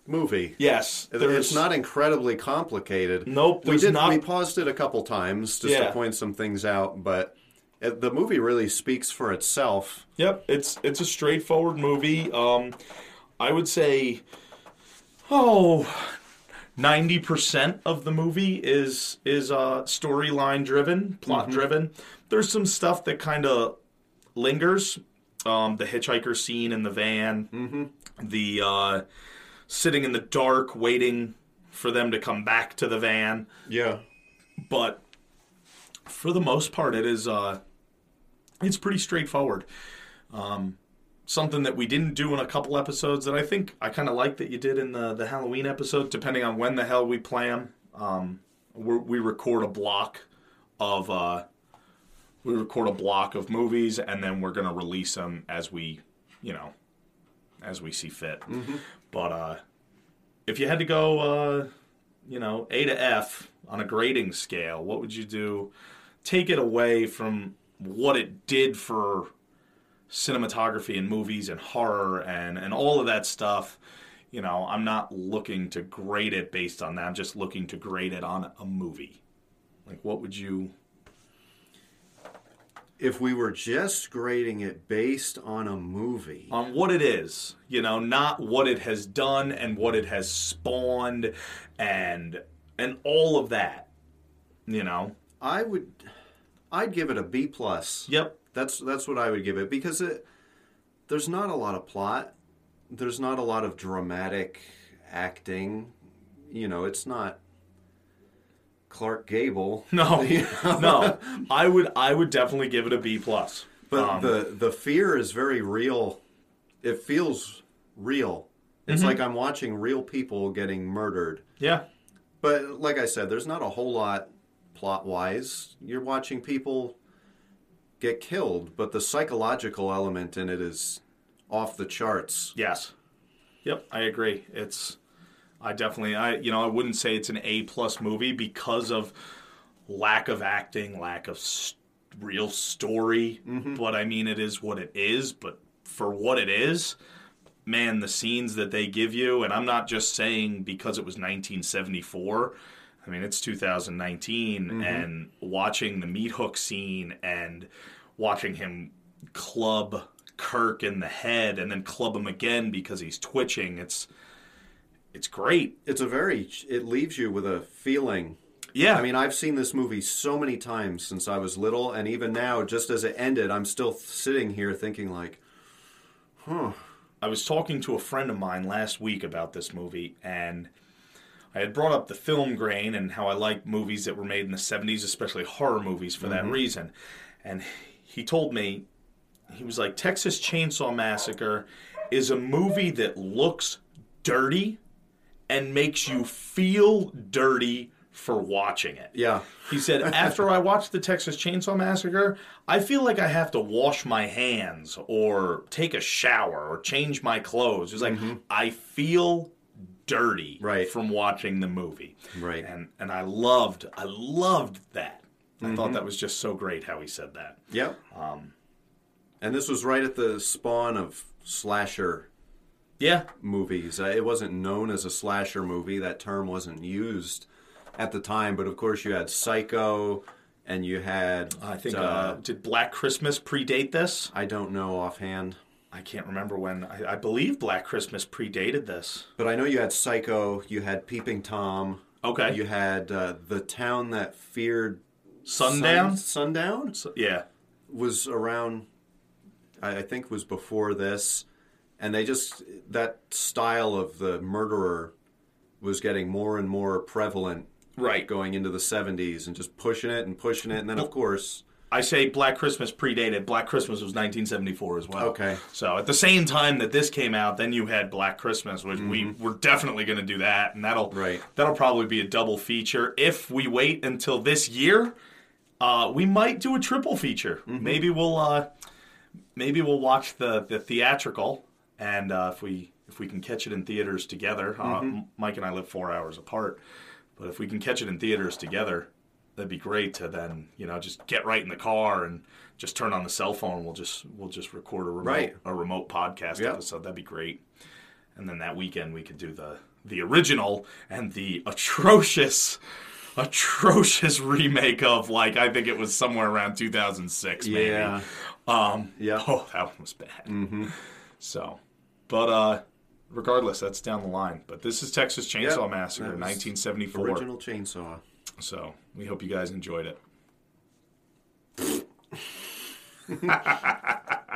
Speaker 2: movie.
Speaker 1: Yes,
Speaker 2: It's not incredibly complicated.
Speaker 1: Nope,
Speaker 2: we
Speaker 1: there's
Speaker 2: did.
Speaker 1: not-
Speaker 2: We paused it a couple times just to
Speaker 1: Yeah.
Speaker 2: point some things out, but uh, the movie really speaks for itself.
Speaker 1: Yep, it's it's a straightforward movie. Um, I would say, oh, 90 percent of the movie is is uh, storyline driven, plot driven. There's some stuff that kind of lingers. Um, the hitchhiker scene in the van, the uh, sitting in the dark waiting for them to come back to the van
Speaker 2: Yeah.
Speaker 1: but for the most part it is uh it's pretty straightforward um something that we didn't do in a couple episodes that i think i kind of like that you did in the the halloween episode depending on when the hell we play 'em. um we're, we record a block of uh we record a block of movies and then we're gonna release them as we you know as we see fit but uh if you had to go uh you know, A to F on a grading scale, what would you do? Take it away from what it did for cinematography and movies and horror and, and all of that stuff. You know, I'm not looking to grade it based on that. I'm just looking to grade it on a movie. Like, what would you.
Speaker 2: If we were just grading it based on a movie,
Speaker 1: on what it is, you know, not what it has done and what it has spawned and and all of that. You know?
Speaker 2: I would, I'd give it a B plus.
Speaker 1: Yep.
Speaker 2: That's that's what I would give it because it there's not a lot of plot. There's not a lot of dramatic acting. You know, it's not Clark Gable.
Speaker 1: No,
Speaker 2: You know?
Speaker 1: no. I would I would definitely give it a B plus.
Speaker 2: But
Speaker 1: Um,
Speaker 2: the the fear is very real. It feels real. It's like I'm watching real people getting murdered.
Speaker 1: yeah,
Speaker 2: But like I said, there's not a whole lot plot wise. You're watching people get killed, but the psychological element in it is off the charts.
Speaker 1: yes, yep. I agree. It's I definitely I you know I wouldn't say it's an A plus movie because of lack of acting, lack of s real story.
Speaker 2: Mm-hmm.
Speaker 1: But I mean, it is what it is. But for what it is. Man, the scenes that they give you, and I'm not just saying because it was 1974. I mean, it's 2019,
Speaker 2: Mm-hmm.
Speaker 1: and watching the meat hook scene and watching him club Kirk in the head and then club him again because he's twitching. It's it's great.
Speaker 2: It's a very it leaves you with a feeling.
Speaker 1: Yeah,
Speaker 2: I mean, I've seen this movie so many times since I was little and even now just as it ended, I'm still sitting here thinking like
Speaker 1: I was talking to a friend of mine last week about this movie, and I had brought up the film grain and how I like movies that were made in the 70s, especially horror movies, for that reason. And he told me, he was like, Texas Chainsaw Massacre is a movie that looks dirty and makes you feel dirty for watching it.
Speaker 2: yeah.
Speaker 1: He said, after I watched the Texas Chainsaw Massacre, I feel like I have to wash my hands or take a shower or change my clothes. He's like, I feel dirty
Speaker 2: Mm-hmm. Right.
Speaker 1: from watching the movie.
Speaker 2: Right.
Speaker 1: And and I loved I loved that. I
Speaker 2: Mm-hmm.
Speaker 1: thought that was just so great how he said that.
Speaker 2: Yep. Um and this was right at the spawn of slasher
Speaker 1: Yeah.
Speaker 2: movies. Uh, It wasn't known as a slasher movie. That term wasn't used at the time, but of course you had Psycho and you had
Speaker 1: I think uh, did Black Christmas predate this?
Speaker 2: I don't know offhand,
Speaker 1: I can't remember when. I, I believe Black Christmas predated this.
Speaker 2: but I know you had Psycho, you had Peeping Tom.
Speaker 1: Okay.
Speaker 2: You had uh, The Town That Feared
Speaker 1: Sundown?
Speaker 2: Sun- sundown
Speaker 1: So- yeah.
Speaker 2: was around I I think was before this and they just that style of the murderer was getting more and more prevalent
Speaker 1: Right.
Speaker 2: going into the 70s and just pushing it and pushing it. And then, of course,
Speaker 1: I say Black Christmas predated. Black Christmas was 1974 as well.
Speaker 2: Okay.
Speaker 1: So at the same time that this came out, then you had Black Christmas, which we we're definitely going to do that, and that'll
Speaker 2: Mm-hmm. Right.
Speaker 1: that'll probably be a double feature. If we wait until this year, uh, we might do a triple feature.
Speaker 2: Mm-hmm.
Speaker 1: Maybe we'll uh, maybe we'll watch the the theatrical, and uh, if we if we can catch it in theaters together, uh,
Speaker 2: Mm-hmm.
Speaker 1: M- Mike and I live four hours apart, but if we can catch it in theaters together, that'd be great. To then you know just get right in the car and just turn on the cell phone. We'll just we'll just record a remote
Speaker 2: Right.
Speaker 1: a remote podcast
Speaker 2: Yep.
Speaker 1: episode. That'd be great. And then that weekend we could do the the original and the atrocious atrocious remake of like I think it was somewhere around 2006 maybe.
Speaker 2: Yeah.
Speaker 1: Um
Speaker 2: Yeah.
Speaker 1: oh that one was bad.
Speaker 2: Mm-hmm.
Speaker 1: So but uh regardless that's down the line. But this is Texas Chainsaw
Speaker 2: Yep.
Speaker 1: Massacre
Speaker 2: That was
Speaker 1: 1974.
Speaker 2: Original chainsaw.
Speaker 1: So, we hope you guys enjoyed it.